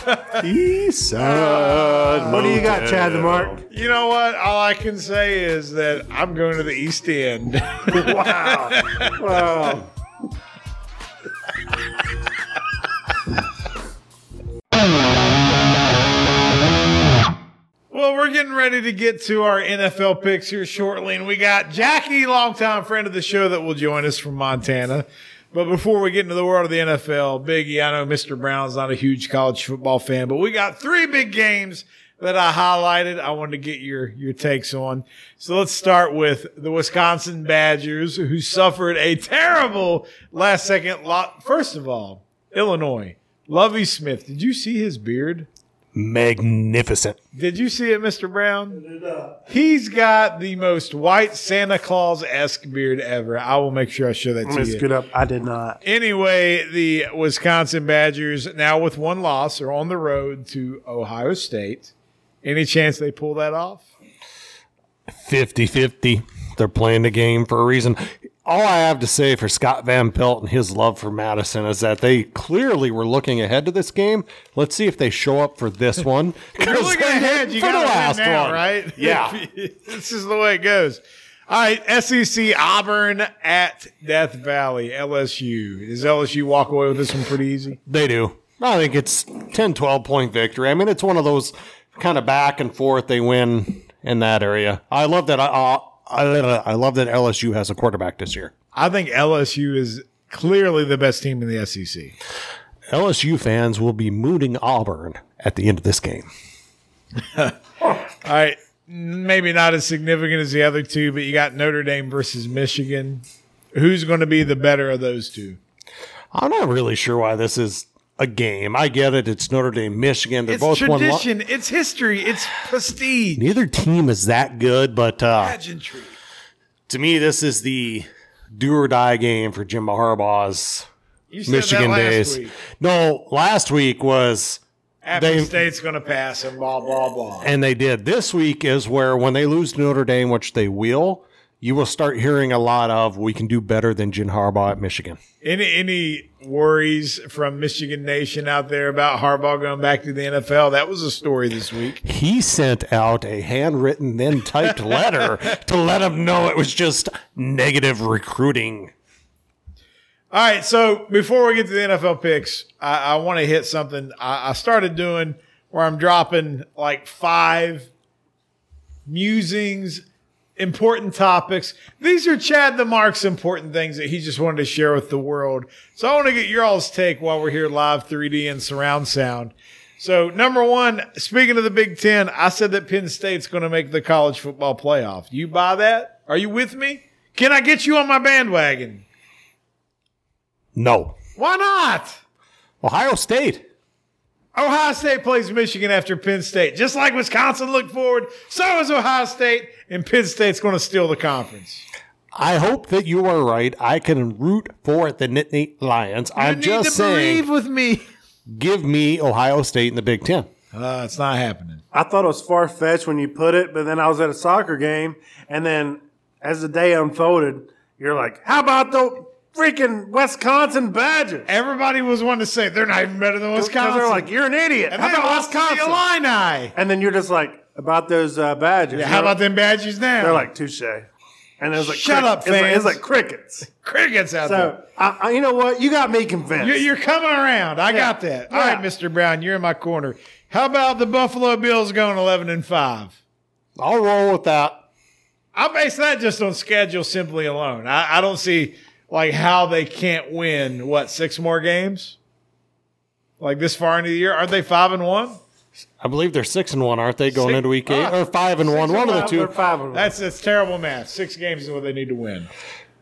[SPEAKER 3] What do you got, Chad the Mark?
[SPEAKER 1] you know what? All I can say is that I'm going to the East End.
[SPEAKER 3] (laughs) Wow. wow.
[SPEAKER 1] Well, we're getting ready to get to our NFL picks here shortly, and we got Jackie, longtime friend of the show, that will join us from Montana. But before we get into the world of the NFL, Biggie, I know Mr. Brown's not a huge college football fan, but we got three big games that I highlighted. I wanted to get your your takes on. So let's start with the Wisconsin Badgers, who suffered a terrible last second lot. First of all, Illinois. Lovey Smith, did you see his beard?
[SPEAKER 2] Magnificent.
[SPEAKER 1] Did you see it, Mr. Brown? He's got the most white Santa Claus esque beard ever. I will make sure I show that
[SPEAKER 3] I'm
[SPEAKER 1] to
[SPEAKER 3] going
[SPEAKER 1] you.
[SPEAKER 3] to scoot up. I did not.
[SPEAKER 1] Anyway, the Wisconsin Badgers now with one loss are on the road to Ohio State. Any chance they pull that off?
[SPEAKER 2] 50 50. They're playing the game for a reason. All I have to say for Scott Van Pelt and his love for Madison is that they clearly were looking ahead to this game. Let's see if they show up
[SPEAKER 1] (laughs)
[SPEAKER 2] for this one.
[SPEAKER 1] You're looking ahead. You
[SPEAKER 2] For the
[SPEAKER 1] got
[SPEAKER 2] last
[SPEAKER 1] to win now,
[SPEAKER 2] one.
[SPEAKER 1] right? (laughs)
[SPEAKER 2] Yeah.
[SPEAKER 1] this is the way it goes. All right, SEC Auburn at Death Valley, LSU. Does LSU walk away with this one pretty easy?
[SPEAKER 2] They do. I think it's 10, 12 point victory. I mean, it's one of those kind of back and forth. They win in that area. I love that. I, uh, I, I love that LSU has a quarterback this year.
[SPEAKER 1] I think LSU is clearly the best team in the E SEC.
[SPEAKER 2] LSU fans will be mooting Auburn at the end of this game.
[SPEAKER 1] All right. Maybe not as significant as the other two, but you got Notre Dame versus Michigan. Who's going to be the better of those two?
[SPEAKER 2] I'm not really sure why this is a game. I get it. It's Notre Dame, Michigan. They're both one. Lo-
[SPEAKER 1] it's history. It's prestige.
[SPEAKER 2] Neither team is that good, but uh,
[SPEAKER 1] Pageantry.
[SPEAKER 2] to me, this is the do or die game for Jim Harbaugh's
[SPEAKER 1] You said
[SPEAKER 2] Michigan
[SPEAKER 1] that last
[SPEAKER 2] days.
[SPEAKER 1] Week.
[SPEAKER 2] No, last week was,
[SPEAKER 1] Appy
[SPEAKER 2] They-
[SPEAKER 1] State's going to pass and blah, blah, blah.
[SPEAKER 2] and they did. This week is where when they lose to Notre Dame, which they will, you will start hearing a lot of we can do better than Jim Harbaugh at Michigan.
[SPEAKER 1] Any any worries from Michigan Nation out there about Harbaugh going back to the NFL? That was a story this week.
[SPEAKER 2] He sent out a handwritten, then typed letter
[SPEAKER 1] (laughs)
[SPEAKER 2] to let him know it was just negative recruiting.
[SPEAKER 1] All right, so before we get to the NFL picks, I, I want to hit something I, I started doing where I'm dropping like five musings, important topics. These are Chad the Mark's important things that he just wanted to share with the world. So I want to get your all's take while we're here live 3D and surround sound. So number one, speaking of the Big Ten, I said that Penn State's going to make the college football playoff. Do you buy that? Are you with me? Can I get you on my bandwagon?
[SPEAKER 2] No.
[SPEAKER 1] Why not?
[SPEAKER 2] Ohio State.
[SPEAKER 1] Ohio State plays Michigan after Penn State. Just like Wisconsin looked forward, so is Ohio State, and Penn State's going to steal the conference.
[SPEAKER 2] I hope that you are right. I can root for the Nittany Lions.
[SPEAKER 1] You
[SPEAKER 2] I'm
[SPEAKER 1] need
[SPEAKER 2] just
[SPEAKER 1] to
[SPEAKER 2] saying,
[SPEAKER 1] believe with me.
[SPEAKER 2] give me Ohio State in the Big Ten.
[SPEAKER 1] Uh, it's not happening.
[SPEAKER 3] I thought it was far fetched when you put it, but then I was at a soccer game, and then as the day unfolded, you're like, "How about the freaking Wisconsin Badgers?"
[SPEAKER 1] Everybody was wanting to say they're not even better than
[SPEAKER 3] Because
[SPEAKER 1] Wisconsin.
[SPEAKER 3] they're like, "You're an idiot."
[SPEAKER 1] and
[SPEAKER 3] How
[SPEAKER 1] they
[SPEAKER 3] about
[SPEAKER 1] lost to the
[SPEAKER 3] Wisconsin?
[SPEAKER 1] Illini.
[SPEAKER 3] And then you're just like, "About those uh, Badgers?"
[SPEAKER 1] Yeah, how
[SPEAKER 3] They're-
[SPEAKER 1] about them Badgers now?
[SPEAKER 3] They're like, "Touche." And it was like,
[SPEAKER 1] Shut
[SPEAKER 3] crick-
[SPEAKER 1] up,
[SPEAKER 3] it's like-
[SPEAKER 1] fans.
[SPEAKER 3] It's like, crickets.
[SPEAKER 1] crickets out there.
[SPEAKER 3] So, I, I, you know what? You got me convinced.
[SPEAKER 1] You're, you're coming around. I got that. All
[SPEAKER 3] Yeah.
[SPEAKER 1] right, Mr. Brown, you're in my corner. How about the Buffalo Bills going 11 and 5?
[SPEAKER 2] I'll roll with that.
[SPEAKER 1] I base that just on schedule simply alone. I, I don't see like how they can't win what six more games. Like this far into the year, aren't they five and one?
[SPEAKER 2] I believe they're six and one, aren't they? Going
[SPEAKER 1] Six-
[SPEAKER 2] into week eight
[SPEAKER 1] ah,
[SPEAKER 2] or five and one,
[SPEAKER 3] They're
[SPEAKER 2] one of the
[SPEAKER 3] five-
[SPEAKER 2] two.
[SPEAKER 3] They're five and one.
[SPEAKER 1] That's that's terrible math. Six games is what they need to win.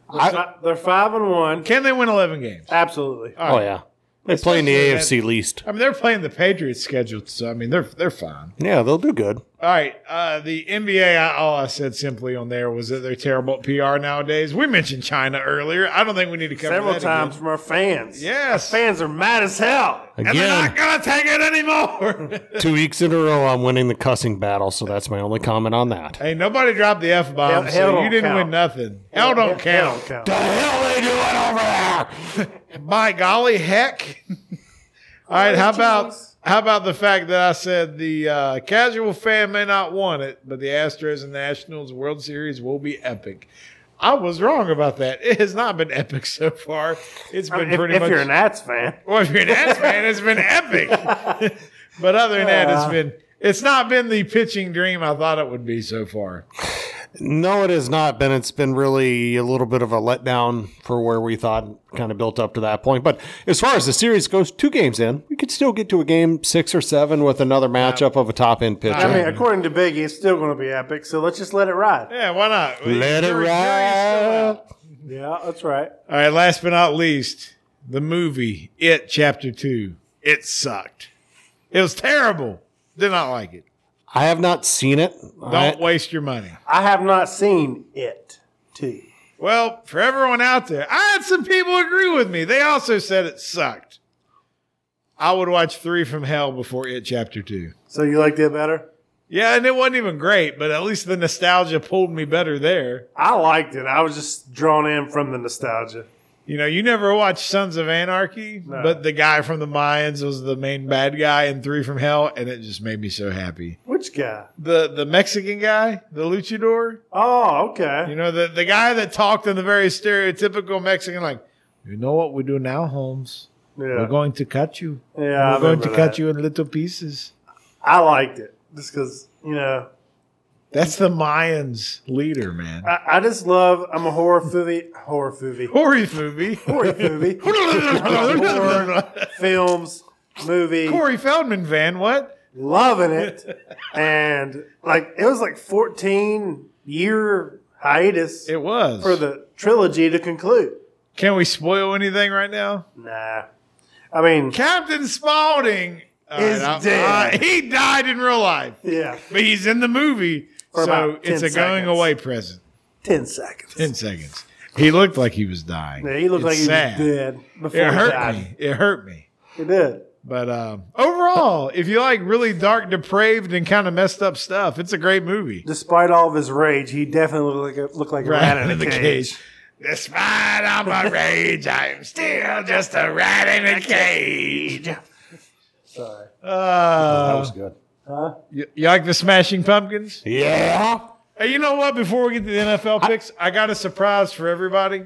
[SPEAKER 2] I-
[SPEAKER 3] they're five and one.
[SPEAKER 1] Can they win eleven games?
[SPEAKER 3] Absolutely.
[SPEAKER 2] oh yeah, they play in the
[SPEAKER 1] Especially
[SPEAKER 2] AFC least.
[SPEAKER 1] I mean, they're playing the Patriots scheduled, so I mean they're they're fine.
[SPEAKER 2] Yeah, they'll do good.
[SPEAKER 1] All right, uh, the NBA. I, all I said simply on there was that they're terrible at PR nowadays. We mentioned China earlier. I don't think we need to cover
[SPEAKER 3] Several
[SPEAKER 1] that
[SPEAKER 3] times
[SPEAKER 1] Again.
[SPEAKER 3] from our fans.
[SPEAKER 1] Yes.
[SPEAKER 3] Fans are mad as hell.
[SPEAKER 1] And they're not
[SPEAKER 2] Again,
[SPEAKER 1] gonna take it anymore. (laughs)
[SPEAKER 2] two weeks in a row, I'm winning the cussing battle, so that's my only comment on that.
[SPEAKER 1] Hey, nobody dropped the F
[SPEAKER 3] Hell-
[SPEAKER 1] bomb,
[SPEAKER 3] hell
[SPEAKER 1] so you
[SPEAKER 3] don't
[SPEAKER 1] didn't
[SPEAKER 3] count.
[SPEAKER 1] win nothing. Hell don't
[SPEAKER 3] Hell
[SPEAKER 1] count.
[SPEAKER 3] don't
[SPEAKER 2] The hell they doing over there?
[SPEAKER 1] By golly, heck. (laughs) All right, how about how about the fact that I said the uh, casual fan may not want it, but the Astros and Nationals World Series will be epic. I was wrong about that. It has not been epic (laughs) so far. It's been
[SPEAKER 3] If,
[SPEAKER 1] pretty
[SPEAKER 3] if
[SPEAKER 1] much.
[SPEAKER 3] you're an Nats fan,
[SPEAKER 1] well, if you're an Nats fan, it's been
[SPEAKER 3] (laughs)
[SPEAKER 1] epic. (laughs) but other than that, it's been it's not been the pitching dream I thought it would be so far.
[SPEAKER 2] No, it has not been. It's been really a little bit of a letdown for where we thought kind of built up to that point. But as far as the series goes, two games in, we could still get to a game six or seven with another matchup of a top end pitcher.
[SPEAKER 3] I mean, according to Biggie, it's still going to be epic. So let's just let it ride.
[SPEAKER 1] Yeah, why not?
[SPEAKER 2] Let it
[SPEAKER 1] Jury- jury's still out.
[SPEAKER 2] ride.
[SPEAKER 3] Yeah, that's right.
[SPEAKER 1] All right, last but not least, the movie It Chapter 2. It sucked. It was terrible. Did not like it.
[SPEAKER 2] I have not seen it. I-
[SPEAKER 1] Don't waste your money.
[SPEAKER 3] I have not seen it too.
[SPEAKER 1] Well, for everyone out there, I had some people agree with me. They also said it sucked. I would watch 3 from Hell before It Chapter 2.
[SPEAKER 3] So you liked it better?
[SPEAKER 1] Yeah, and it wasn't even great, but at least the nostalgia pulled me better there.
[SPEAKER 3] I liked it. I was just drawn in from the nostalgia.
[SPEAKER 1] You know, you never watched Sons of Anarchy,
[SPEAKER 3] No.
[SPEAKER 1] but the guy from the Mayans was the main bad guy in 3 from Hell, and it just made me so happy.
[SPEAKER 3] Which guy?
[SPEAKER 1] the the Mexican guy, the luchador.
[SPEAKER 3] Oh, okay.
[SPEAKER 1] You know, the the guy that talked in the very stereotypical Mexican, like, you know what we do now, Holmes?
[SPEAKER 3] Yeah,
[SPEAKER 1] We're going to cut you.
[SPEAKER 3] yeah. I
[SPEAKER 1] We're going to
[SPEAKER 3] remember
[SPEAKER 1] cut
[SPEAKER 3] that.
[SPEAKER 1] you in little pieces.
[SPEAKER 3] I liked it just because you know
[SPEAKER 1] That's the Mayans leader, man.
[SPEAKER 3] I, I just love. I'm a horror movie, horror movie,
[SPEAKER 1] Corey movie.
[SPEAKER 3] (laughs) horror movie, (laughs) films, movie.
[SPEAKER 1] Corey Feldman, Van, what? (laughs)
[SPEAKER 3] loving it. and like it was like 14 year hiatus
[SPEAKER 1] It was.
[SPEAKER 3] for the trilogy to conclude.
[SPEAKER 1] Can we spoil anything right now?
[SPEAKER 3] Nah. I mean,
[SPEAKER 1] Captain Spaulding all
[SPEAKER 3] Is
[SPEAKER 1] I'm-
[SPEAKER 3] dead.
[SPEAKER 1] uh, he died in real life,
[SPEAKER 3] yeah,
[SPEAKER 1] but he's in the movie,
[SPEAKER 3] For
[SPEAKER 1] so
[SPEAKER 3] about 10
[SPEAKER 1] it's a going
[SPEAKER 3] seconds.
[SPEAKER 1] away present.
[SPEAKER 3] 10 seconds.
[SPEAKER 1] 10 seconds. He looked like he was dying.
[SPEAKER 3] Yeah, he looked
[SPEAKER 1] It's
[SPEAKER 3] like he
[SPEAKER 1] sad.
[SPEAKER 3] was dead before
[SPEAKER 1] It
[SPEAKER 3] he
[SPEAKER 1] hurt
[SPEAKER 3] died.
[SPEAKER 1] me. It hurt me.
[SPEAKER 3] He did.
[SPEAKER 1] But um, overall, if you like really dark, depraved, and kind of messed up stuff, it's a great movie.
[SPEAKER 3] Despite all of his rage, he definitely looked like a, looked like a rat in a cage.
[SPEAKER 5] Despite all my rage, I am still just a rat in a cage.
[SPEAKER 3] Sorry.
[SPEAKER 1] Uh,
[SPEAKER 2] That was good.
[SPEAKER 1] you, you like the Smashing Pumpkins?
[SPEAKER 2] Yeah.
[SPEAKER 1] Hey, you know what? Before we get to the NFL picks, I got a surprise for everybody.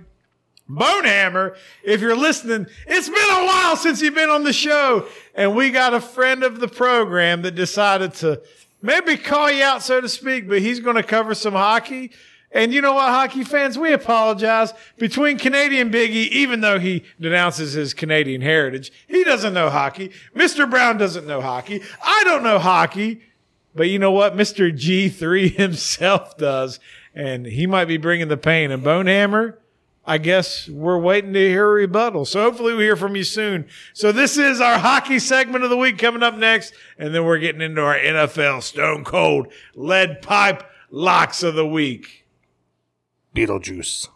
[SPEAKER 1] Bonehammer, if you're listening, it's been a while since you've been on the show, and we got a friend of the program that decided to maybe call you out, so to speak, but he's going to cover some hockey. And you know what, hockey fans, we apologize. Between Canadian Biggie, even though he denounces his Canadian heritage, he doesn't know hockey. Mr. Brown doesn't know hockey. I don't know hockey. But you know what? Mr. G3 (laughs) himself does, and he might be bringing the pain. And Bonehammer, I guess we're waiting to hear a rebuttal. So hopefully we hear from you soon. So this is our hockey segment of the week coming up next, and then we're getting into our NFL Stone Cold Lead Pipe Locks of the Week.
[SPEAKER 2] Beetlejuice.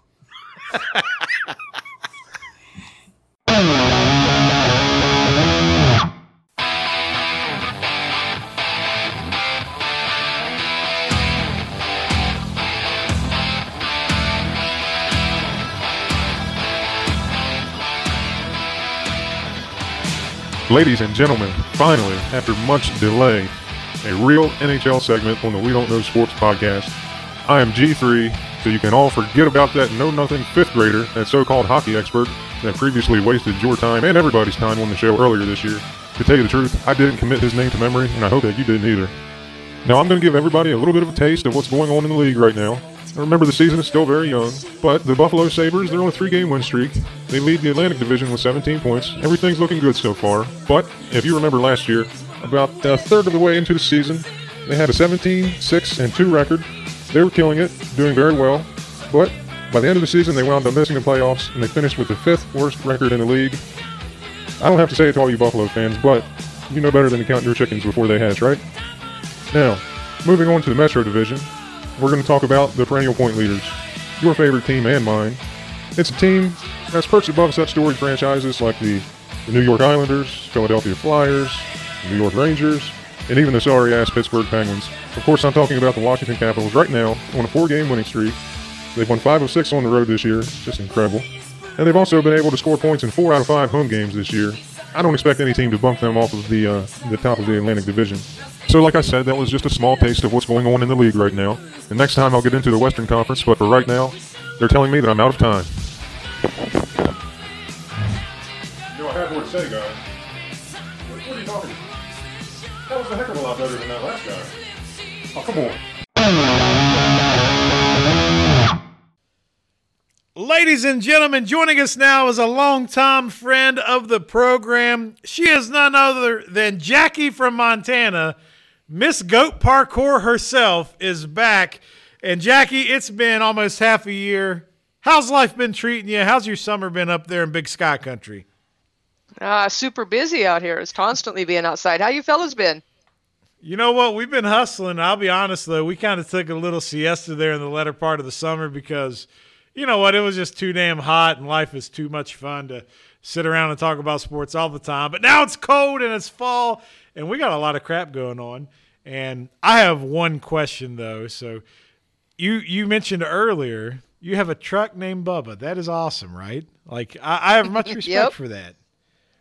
[SPEAKER 6] Ladies and gentlemen, finally, after much delay, a real NHL segment on the We Don't Know Sports podcast. I am G3, so you can all forget about that know nothing fifth grader and so called hockey expert that previously wasted your time and everybody's time on the show earlier this year. To tell you the truth, I didn't commit his name to memory, and I hope that you didn't either. Now, I'm going to give everybody a little bit of a taste of what's going on in the league right now. And Remember, the season is still very young, but the Buffalo Sabres, they're on a three game win streak. They lead the Atlantic Division with 17 points. Everything's looking good so far, but if you remember last year, about a third of the way into the season, they had a 17, 6, and 2 record. They were killing it, doing very well, but by the end of the season, they wound up missing the playoffs, and they finished with the fifth worst record in the league. I don't have to say it to all you Buffalo fans, but you know better than to count your chickens before they hatch, right? Now, moving on to the Metro Division, we're going to talk about the perennial point leaders, your favorite team and mine. It's a team that's perched above such storied franchises like the, the New York Islanders, Philadelphia Flyers, the New York Rangers, and even the sorry ass Pittsburgh Penguins. Of course, I'm talking about the Washington Capitals right now on a four game winning streak. They've won five of six on the road this year, just incredible. And they've also been able to score points in four out of five home games this year. I don't expect any team to bump them off of the uh, the top of the Atlantic Division. So, like I said, that was just a small taste of what's going on in the league right now. And next time I'll get into the Western Conference, but for right now, they're telling me that I'm out of time. You know, I have more to say, guys. What are you talking about? That was a heck of a lot better than that last guy. Oh, come on.
[SPEAKER 1] Ladies and gentlemen, joining us now is a longtime friend of the program. She is none other than Jackie from Montana. Miss Goat Parkour herself is back. And Jackie, it's been almost half a year. How's life been treating you? How's your summer been up there in Big Sky Country?
[SPEAKER 7] Ah, super busy out here. It's constantly being outside. How you fellas been?
[SPEAKER 1] You know what? We've been hustling. I'll be honest though, we kind of took a little siesta there in the latter part of the summer because, you know what? It was just too damn hot, and life is too much fun to sit around and talk about sports all the time. But now it's cold and it's fall, and we got a lot of crap going on. And I have one question though. So, you you mentioned earlier you have a truck named Bubba. That is awesome, right? Like I, I have much respect
[SPEAKER 7] Yep.
[SPEAKER 1] for that.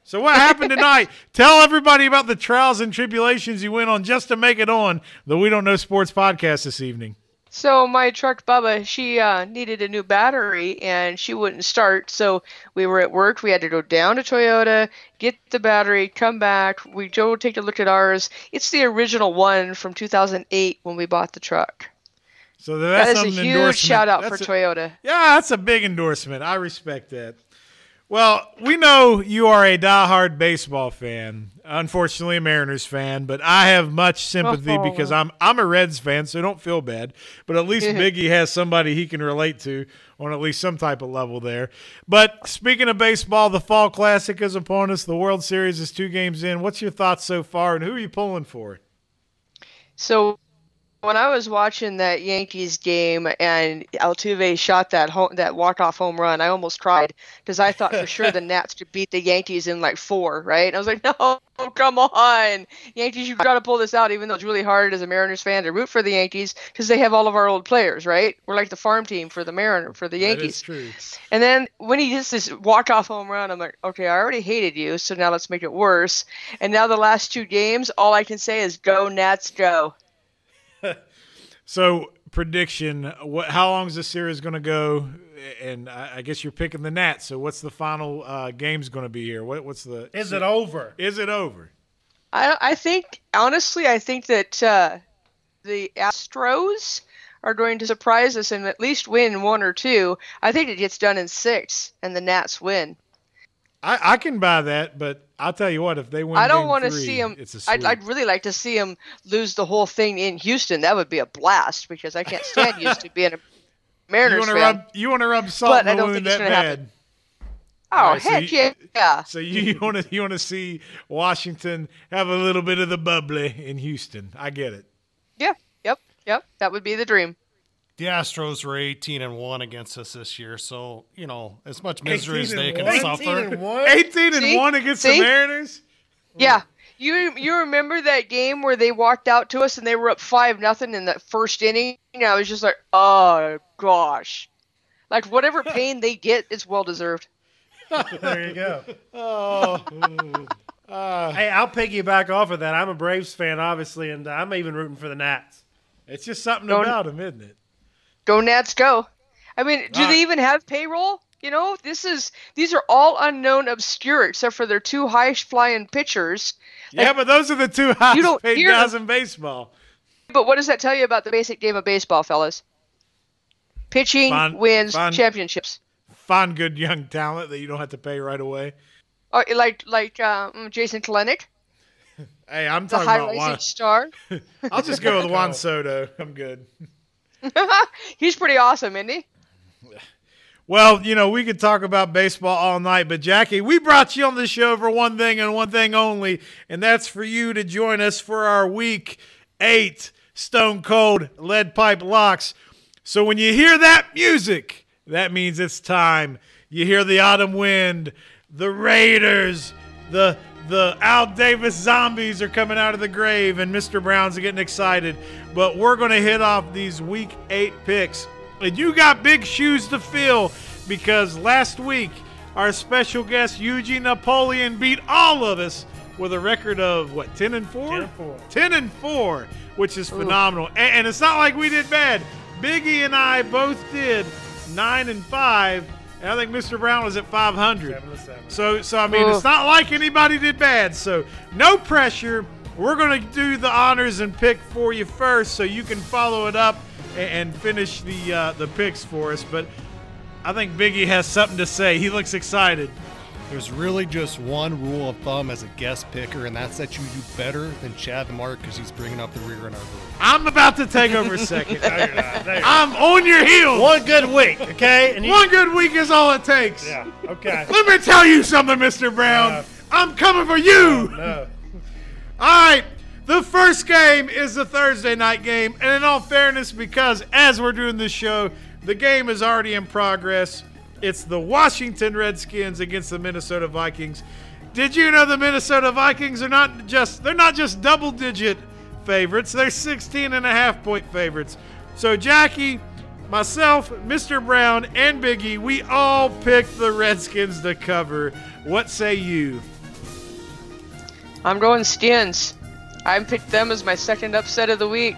[SPEAKER 1] So what happened
[SPEAKER 7] (laughs)
[SPEAKER 1] tonight? Tell everybody about the trials and tribulations you went on just to make it on the We Don't Know Sports podcast this evening.
[SPEAKER 7] So my truck Bubba, she uh, needed a new battery and she wouldn't start. So we were at work. We had to go down to Toyota, get the battery, come back. We go take a look at ours. It's the original one from 2008 when we bought the truck.
[SPEAKER 1] So that's
[SPEAKER 7] that
[SPEAKER 1] an
[SPEAKER 7] is a huge
[SPEAKER 1] endorsement.
[SPEAKER 7] shout out for
[SPEAKER 1] That's a-
[SPEAKER 7] Toyota.
[SPEAKER 1] Yeah, that's a big endorsement. I respect that. Well, we know you are a diehard baseball fan. Unfortunately, a Mariners fan, but I have much sympathy
[SPEAKER 7] Oh.
[SPEAKER 1] because I'm I'm a Reds fan, so don't feel bad. But at least Biggie has somebody he can relate to on at least some type of level there. But speaking of baseball, the Fall Classic is upon us. The World Series is two games in. What's your thoughts so far, and who are you pulling for?
[SPEAKER 7] So when I was watching that Yankees game and Altuve shot that home, that walk off home run, I almost cried because I thought
[SPEAKER 1] (laughs)
[SPEAKER 7] for sure the Nats could beat the Yankees in like four, right? And I was like, (laughs) no, come on, Yankees, you got to pull this out, even though it's really hard as a Mariners fan to root for the Yankees because they have all of our old players, right? We're like the farm team for the Mariner for the
[SPEAKER 1] That is
[SPEAKER 7] Yankees.
[SPEAKER 1] true.
[SPEAKER 7] And then when he hits this walk off home run, I'm like, okay, I already hated you, so now let's make it worse. And now the last two games, all I can say is go Nats, go.
[SPEAKER 1] So prediction: What? How long is this series going to go? And I, I guess you're picking the Nats. So what's the final uh, game's going to be here? What, what's the?
[SPEAKER 8] Is it over?
[SPEAKER 1] Is it over?
[SPEAKER 7] I I think honestly, I think that uh, the Astros are going to surprise us and at least win one or two. I think it gets done in six, and the Nats win.
[SPEAKER 1] I, I can buy that, but I'll tell you what: if they win,
[SPEAKER 7] I don't
[SPEAKER 1] want to
[SPEAKER 7] see them.
[SPEAKER 1] It's a
[SPEAKER 7] I'd,
[SPEAKER 1] sweep.
[SPEAKER 7] I'd really like to see them lose the whole thing in Houston. That would be a blast because I can't
[SPEAKER 1] (laughs)
[SPEAKER 7] stand Houston being a
[SPEAKER 1] you
[SPEAKER 7] Mariners
[SPEAKER 1] want to
[SPEAKER 7] fan.
[SPEAKER 1] rub? You want to rub salt
[SPEAKER 7] But
[SPEAKER 1] in the
[SPEAKER 7] I don't
[SPEAKER 1] wound
[SPEAKER 7] think it's
[SPEAKER 1] that
[SPEAKER 7] gonna
[SPEAKER 1] bad?
[SPEAKER 7] happen.
[SPEAKER 1] All
[SPEAKER 7] Oh
[SPEAKER 1] right, so
[SPEAKER 7] heck
[SPEAKER 1] you-
[SPEAKER 7] yeah!
[SPEAKER 1] So you want to you want to see Washington have a little bit of the bubbly in Houston? I get it.
[SPEAKER 7] Yeah. Yep. Yep. That would be the dream.
[SPEAKER 2] The Astros were 18 and 1 against us this year, so, you know, as much
[SPEAKER 8] 18
[SPEAKER 2] misery as they
[SPEAKER 8] and
[SPEAKER 2] can
[SPEAKER 8] one?
[SPEAKER 2] suffer.
[SPEAKER 8] and one?
[SPEAKER 1] Eighteen and
[SPEAKER 7] See?
[SPEAKER 1] one against
[SPEAKER 7] See?
[SPEAKER 1] the Mariners.
[SPEAKER 7] Yeah. You you remember that game where they walked out to us and they were up five nothing in that first inning? And I was just like, oh gosh, like whatever pain they get, it's well deserved.
[SPEAKER 8] There you
[SPEAKER 1] (laughs)
[SPEAKER 8] go.
[SPEAKER 1] Oh.
[SPEAKER 8] (laughs)
[SPEAKER 1] Uh.
[SPEAKER 8] hey, I'll piggyback off of that. I'm a Braves fan, obviously, and I'm even rooting for the Nats.
[SPEAKER 1] It's just something
[SPEAKER 7] Don't-
[SPEAKER 1] about them, isn't it?
[SPEAKER 7] Go Nats, go! I mean, do they even have payroll? You know, this is these are all unknown, obscure, except for their two high flying pitchers.
[SPEAKER 1] yeah, but those are the two highest
[SPEAKER 7] don't
[SPEAKER 1] paid
[SPEAKER 7] hear
[SPEAKER 1] guys in baseball.
[SPEAKER 7] But what does that tell you about the basic game of baseball, fellas? Pitching
[SPEAKER 1] Fine-
[SPEAKER 7] wins
[SPEAKER 1] fine.
[SPEAKER 7] championships.
[SPEAKER 1] Find good young talent that you don't have to pay right away.
[SPEAKER 7] Or Oh, like like um, Jason Kalenic,
[SPEAKER 1] Hey, I'm
[SPEAKER 7] the
[SPEAKER 1] talking
[SPEAKER 7] high
[SPEAKER 1] about
[SPEAKER 7] rising
[SPEAKER 1] Juan.
[SPEAKER 7] star.
[SPEAKER 1] I'll just go with Juan Soto. I'm good.
[SPEAKER 7] He's pretty awesome, isn't he?
[SPEAKER 1] Well, you know, we could talk about baseball all night, but Jackie, we brought you on the show for one thing and one thing only, and that's for you to join us for our week eight Stone Cold Lead Pipe Locks. So when you hear that music, that means it's time. You hear the autumn wind, the Raiders, the the Al Davis zombies are coming out of the grave, and Mr. Brown's getting excited. But we're gonna hit off these week eight picks. And you got big shoes to fill because last week our special guest Eugene Napoleon beat all of us with a record of what 10 and 4 10 and 4 which is phenomenal A- and it's not like we did bad biggie and i both did 9 and 5 and i think mr brown was at 500 so so i mean
[SPEAKER 7] Ooh.
[SPEAKER 1] it's not like anybody did bad so no pressure we're going to do the honors and pick for you first so you can follow it up a- and finish the uh, the picks for us but i think biggie has something to say he looks excited
[SPEAKER 9] There's really just one rule of thumb as a guest picker, and that's that you do better than Chad the Mark because he's bringing up the rear in our group.
[SPEAKER 1] I'm about to take over second. I'm on your heels.
[SPEAKER 8] One good week, okay? And you,
[SPEAKER 1] One good week is all it takes.
[SPEAKER 8] yeah, okay.
[SPEAKER 1] Let me tell you something, Mr. Brown. I'm coming for you.
[SPEAKER 8] No.
[SPEAKER 1] All right. The first game is the Thursday night game. And in all fairness, because as we're doing this show, the game is already in progress. It's the Washington Redskins against the Minnesota Vikings. Did you know the Minnesota Vikings are not just they're not just double digit favorites. They're 16 and a half point favorites. So Jackie, myself, Mr. Brown, and Biggie, we all picked the Redskins to cover. What say you?
[SPEAKER 7] I'm going skins. I picked them as my second upset of the week.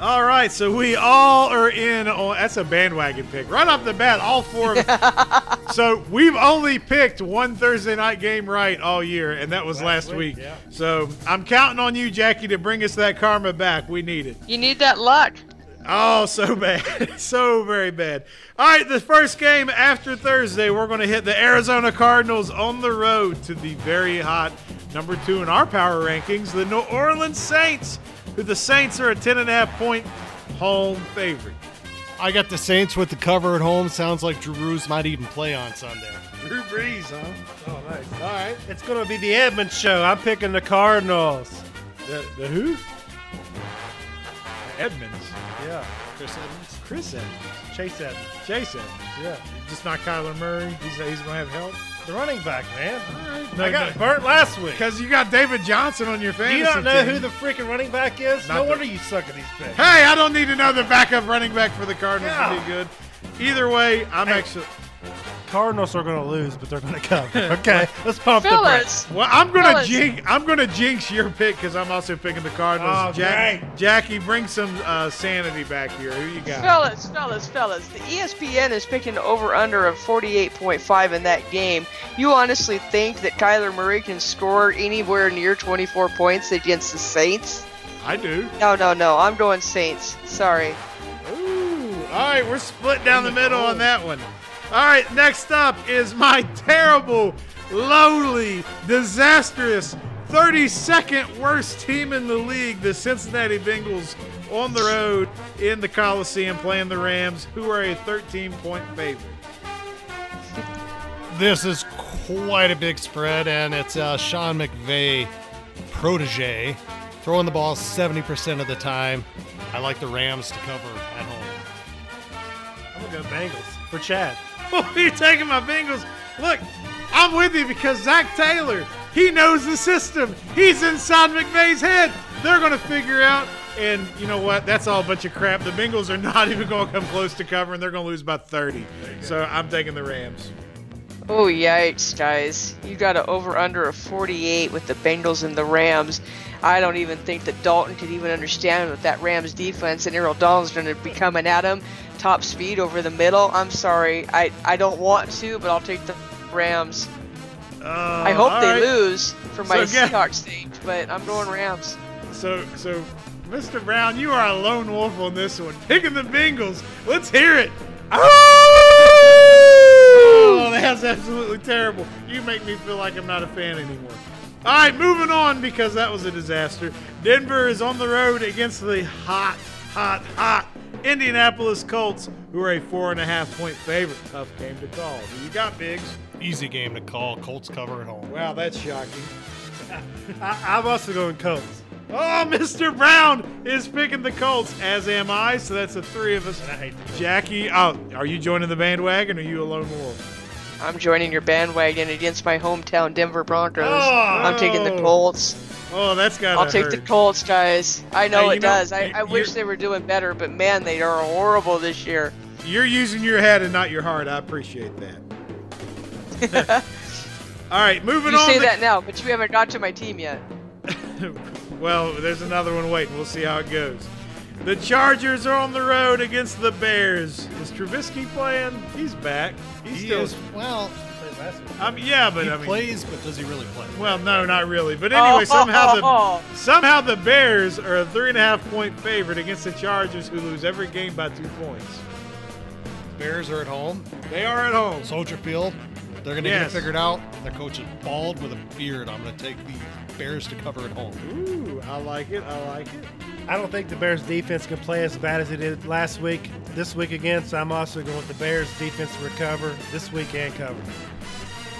[SPEAKER 1] All right, so we all are in on that's a bandwagon pick. Right off the bat, all four of So we've only picked one Thursday night game right all year, and that was last, week. So I'm counting on you, Jackie, to bring us that karma back. We need it.
[SPEAKER 7] You need that luck.
[SPEAKER 1] Oh, so (laughs) bad. so very bad. All right, the first game after Thursday, we're going to hit the Arizona Cardinals on the road to the very hot number two in our power rankings, the New Orleans Saints, who the Saints are a 10.5 point home favorite.
[SPEAKER 9] I got the Saints with the cover at home. Sounds like Drew Brees might even play on Sunday.
[SPEAKER 1] Drew Brees, huh?
[SPEAKER 8] Oh, nice. All right. It's going to be the Edmonds show. I'm picking the Cardinals.
[SPEAKER 1] The, the who? Edmonds.
[SPEAKER 8] Yeah.
[SPEAKER 1] Chris Edmonds.
[SPEAKER 8] Chris Edmonds. Chase Edmonds.
[SPEAKER 1] Chase Edmonds.
[SPEAKER 8] Yeah.
[SPEAKER 1] Just not Kyler Murray. He's, he's going to have help.
[SPEAKER 8] The running back, man.
[SPEAKER 1] No,
[SPEAKER 8] I got burnt last week.
[SPEAKER 1] Because you got David Johnson on your
[SPEAKER 8] Do
[SPEAKER 1] fantasy
[SPEAKER 8] you not know
[SPEAKER 1] team.
[SPEAKER 8] who the freaking running back is?
[SPEAKER 1] Not
[SPEAKER 8] no
[SPEAKER 1] the-
[SPEAKER 8] wonder you suck at these picks.
[SPEAKER 1] Hey, I don't need to know the backup running back for the Cardinals to
[SPEAKER 8] Yeah.
[SPEAKER 1] be good. Either way, I'm actually.
[SPEAKER 8] (laughs)
[SPEAKER 1] (laughs)
[SPEAKER 8] Cardinals are going to lose, but they're going to cover. Okay, let's pump the brakes.
[SPEAKER 7] Fellas,
[SPEAKER 1] Well, I'm gonna
[SPEAKER 7] Fellas.
[SPEAKER 1] jinx. I'm gonna jinx your pick because I'm also picking the Cardinals.
[SPEAKER 8] Oh,
[SPEAKER 1] Jackie, bring some uh, sanity back here. Who you got?
[SPEAKER 7] fellas, fellas, fellas. The E ESPN is picking the over/under of 48.5 in that game. You honestly think that Kyler Murray can score anywhere near 24 points against the Saints?
[SPEAKER 1] I do.
[SPEAKER 7] No, no, no. I'm going Saints. Sorry.
[SPEAKER 1] Ooh, all right, we're split down the middle on that one. All right, next up is my terrible, lowly, disastrous, 32nd worst team in the league, the Cincinnati Bengals, on the road in the Coliseum playing the Rams, who are a 13 point favorite.
[SPEAKER 9] This is quite a big spread, and it's uh, Sean McVay protege throwing the ball 70% of the time. I like the Rams to cover at home.
[SPEAKER 8] I'm going to go Bengals for
[SPEAKER 1] (laughs)
[SPEAKER 8] Chad.
[SPEAKER 1] You're taking my Bengals. Look, I'm with you because Zach Taylor, he knows the system. He's inside McVay's head. They're going to figure out. And you know what? That's all a bunch of crap. The Bengals are (laughs) not even going to come close to covering. They're going to lose by 30. So I'm taking the Rams.
[SPEAKER 7] Oh yikes, guys! You got an over/under of 48 with the Bengals and the Rams. I don't even think that Dalton could even understand with that Rams defense, and Errol Dalton's going to be coming at him, top speed over the middle. I'm sorry, I I don't want to, but I'll take the Rams. I hope
[SPEAKER 1] all
[SPEAKER 7] they
[SPEAKER 1] right.
[SPEAKER 7] lose for my
[SPEAKER 1] Oh, So, yeah.
[SPEAKER 7] Seahawks sake, but I'm going Rams.
[SPEAKER 1] So, so, Mr. Brown, you are a lone wolf on this one. Picking the Bengals. Let's hear it. Oh, that's absolutely terrible. You make me feel like I'm not a fan anymore. All right, moving on because that was a disaster. Denver is on the road against the hot, hot, hot Indianapolis Colts, who are a four and a half point favorite. Tough game to call. Who you got, Biggs?
[SPEAKER 9] Easy game to call. Colts cover at home.
[SPEAKER 1] Wow, that's shocking.
[SPEAKER 8] I, I'm also going Colts.
[SPEAKER 1] Oh, Mr. Brown is picking the Colts, as am I. So that's the three of us.
[SPEAKER 8] I hate the
[SPEAKER 1] Jackie, oh, are you joining the bandwagon? Or are you a lone wolf?
[SPEAKER 7] I'm joining your bandwagon against my hometown Denver Broncos.
[SPEAKER 1] Oh,
[SPEAKER 7] I'm taking the
[SPEAKER 1] no.
[SPEAKER 7] Colts.
[SPEAKER 1] Oh, that's got.
[SPEAKER 7] I'll take the Colts, guys. I know
[SPEAKER 1] Hey, you
[SPEAKER 7] it
[SPEAKER 1] know,
[SPEAKER 7] does. I,
[SPEAKER 1] you-
[SPEAKER 7] I wish
[SPEAKER 1] you-
[SPEAKER 7] they were doing better, but man, they are horrible this year.
[SPEAKER 1] You're using your head and not your heart. I appreciate that.
[SPEAKER 7] (laughs)
[SPEAKER 1] All right, moving
[SPEAKER 7] You
[SPEAKER 1] on.
[SPEAKER 7] say
[SPEAKER 1] the-
[SPEAKER 7] that now, but you haven't got to my team yet.
[SPEAKER 1] (laughs) well, there's another one waiting. We'll see how it goes. The Chargers are on the road against the Bears. Is Trubisky playing? He's back. He's
[SPEAKER 9] He
[SPEAKER 1] still.
[SPEAKER 9] is, well,
[SPEAKER 1] I mean, Um, yeah, but
[SPEAKER 9] he
[SPEAKER 1] I mean,
[SPEAKER 9] plays, but does he really play?
[SPEAKER 1] Well, no, not really. But anyway,
[SPEAKER 7] Oh.
[SPEAKER 1] somehow the somehow the Bears are a three and a half point favorite against the Chargers, who lose every game by two points.
[SPEAKER 9] Bears are at home.
[SPEAKER 1] They are at home.
[SPEAKER 9] Soldier Field. They're going to get
[SPEAKER 1] Yes.
[SPEAKER 9] it figured out. Their coach is bald with a beard. I'm going to take the Bears to cover at home.
[SPEAKER 1] Ooh, I like it. I like it.
[SPEAKER 8] (laughs) I don't think the Bears defense can play as bad as they did last week, this week again, so I'm also going with the Bears defense to recover this week and cover.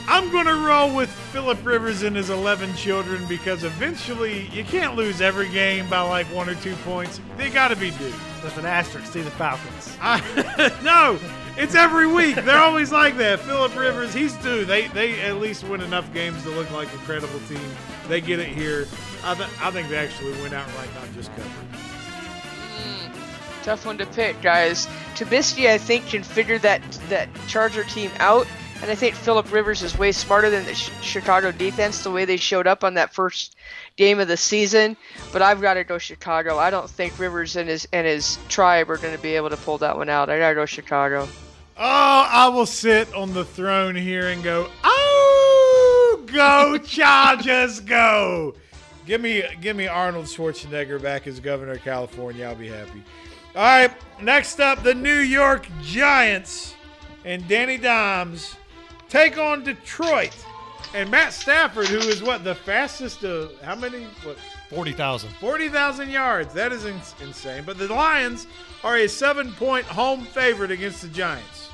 [SPEAKER 1] I'm gonna roll with Philip Rivers and his 11 children because eventually you can't lose every game by like one or two points. They gotta be due.
[SPEAKER 8] With an asterisk, see the Falcons.
[SPEAKER 1] I, (laughs) no, it's every week. They're always like that. Philip Rivers, he's due. They they at least win enough games to look like a credible team. They get it here. I, th- I think they actually win outright, not just cover.
[SPEAKER 7] Tough one to pick, guys. Trubisky, I think, can figure that that Charger team out, and I think Philip Rivers is way smarter than the Ch- Chicago defense. The way they showed up on that first game of the season, but I've got to go Chicago. I don't think Rivers and his and his tribe are going to be able to pull that one out. I got to go Chicago.
[SPEAKER 1] Oh, I will sit on the throne here and go. Oh, go Chargers, go! Give me, give me Arnold Schwarzenegger back as governor of California. I'll be happy. All right, next up, the New York Giants and Danny Dimes take on Detroit and Matt Stafford, who is what the fastest of how many? What
[SPEAKER 9] 40,000.
[SPEAKER 1] 40,000 yards. That is ins insane. But the Lions are a seven-point home favorite against the Giants.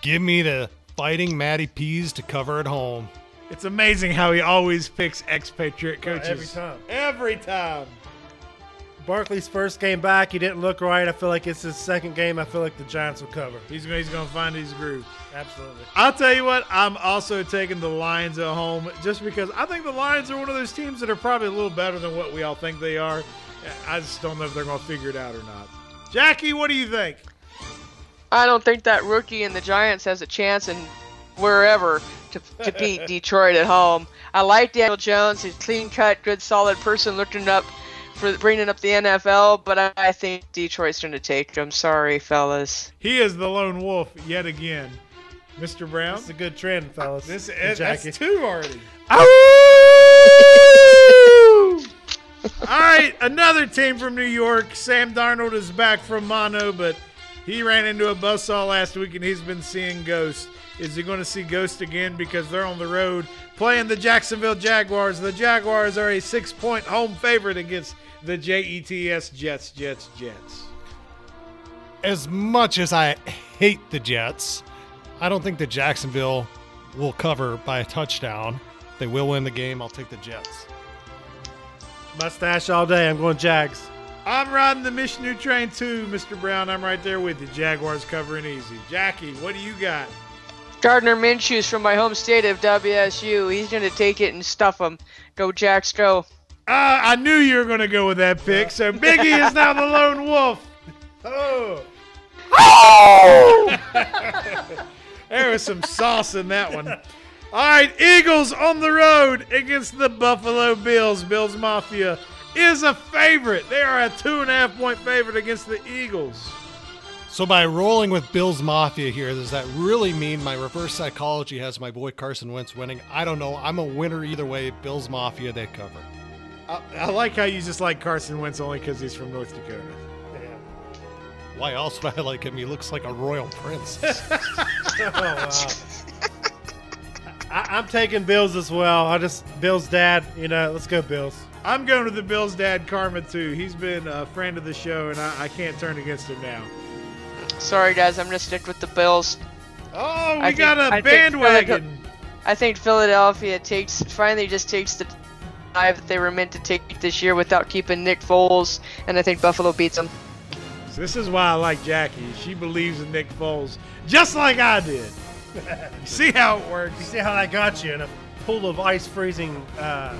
[SPEAKER 9] Give me the fighting Matty Pease to cover at home.
[SPEAKER 1] It's amazing how he always picks expatriate coaches.
[SPEAKER 8] every time.
[SPEAKER 1] Every time.
[SPEAKER 8] Barkley's first game back, he didn't look right. I feel like it's his second game. I feel like the Giants will cover.
[SPEAKER 1] He's gonna, he's going to find his groove.
[SPEAKER 8] Absolutely.
[SPEAKER 1] I'll tell you what, I'm also taking the Lions at home just because I think the Lions are one of those teams that are probably a little better than what we all think they are. I just don't know if they're going to figure it out or not. Jackie, what do you think?
[SPEAKER 7] I don't think that rookie in the Giants has a chance in wherever to, to beat Detroit at home. I like Daniel Jones. He's clean cut, good, solid person looking up for bringing up the NFL, but I, I think Detroit's going to take him. Sorry, fellas.
[SPEAKER 1] He is the lone wolf yet again. Mr. Brown?
[SPEAKER 8] It's a good trend, fellas.
[SPEAKER 1] This
[SPEAKER 8] and
[SPEAKER 1] is
[SPEAKER 8] Jackie.
[SPEAKER 1] that's
[SPEAKER 8] (laughs)
[SPEAKER 1] two already. All right, another team from New York. Sam Darnold is back from mono, but he ran into a buzzsaw last week and he's been seeing ghosts. Is he going to see ghosts again because they're on the road playing the Jacksonville Jaguars? The Jaguars are a six point home favorite against the JETS Jets, Jets, Jets.
[SPEAKER 9] as much as I hate the Jets, I don't think that Jacksonville will cover by a touchdown. They will win the game. I'll take the Jets.
[SPEAKER 8] Mustache all day. I'm going Jags.
[SPEAKER 1] I'm riding the Michigan train too, Mr. Brown. I'm right there with you. Jaguars covering easy. Jackie, what do you got?
[SPEAKER 7] Gardner Minshew's from my home state of WSU. He's going to take it and stuff him. Go, Jacks, go.
[SPEAKER 1] Uh, I knew you were going to go with that pick. So Biggie is now the (laughs) lone wolf. (laughs) Oh. there was some sauce in that one. All right, Eagles on the road against the Buffalo Bills. Bills Mafia is a favorite. They are a two and a half point favorite against the Eagles.
[SPEAKER 9] So by rolling with Bills Mafia here, does that really mean my reverse psychology has my boy Carson Wentz winning? I don't know. I'm a winner either way. Bills Mafia, they cover.
[SPEAKER 1] I, I like how you just like Carson Wentz only because he's from North Dakota.
[SPEAKER 9] Why else would I like him? He looks like a royal prince. (laughs)
[SPEAKER 8] Oh, wow. I, I'm taking Bills as well. I just Bills dad. You know, let's go Bills.
[SPEAKER 1] I'm going to the Bills' dad, Karma, too. He's been a friend of the show, and I, I can't turn against him now.
[SPEAKER 7] Sorry, guys. I'm going to stick with the Bills.
[SPEAKER 1] Oh, we
[SPEAKER 7] I think-
[SPEAKER 1] got
[SPEAKER 7] I
[SPEAKER 1] a
[SPEAKER 7] think
[SPEAKER 1] bandwagon.
[SPEAKER 7] I think Philadelphia takes finally just takes the dive that they were meant to take this year without keeping Nick Foles, and I think Buffalo beats them.
[SPEAKER 1] So this is why I like Jackie. She believes in Nick Foles, just like I did. (laughs) See how it
[SPEAKER 8] You
[SPEAKER 1] works?
[SPEAKER 8] see how that got you in a pool of ice freezing, uh,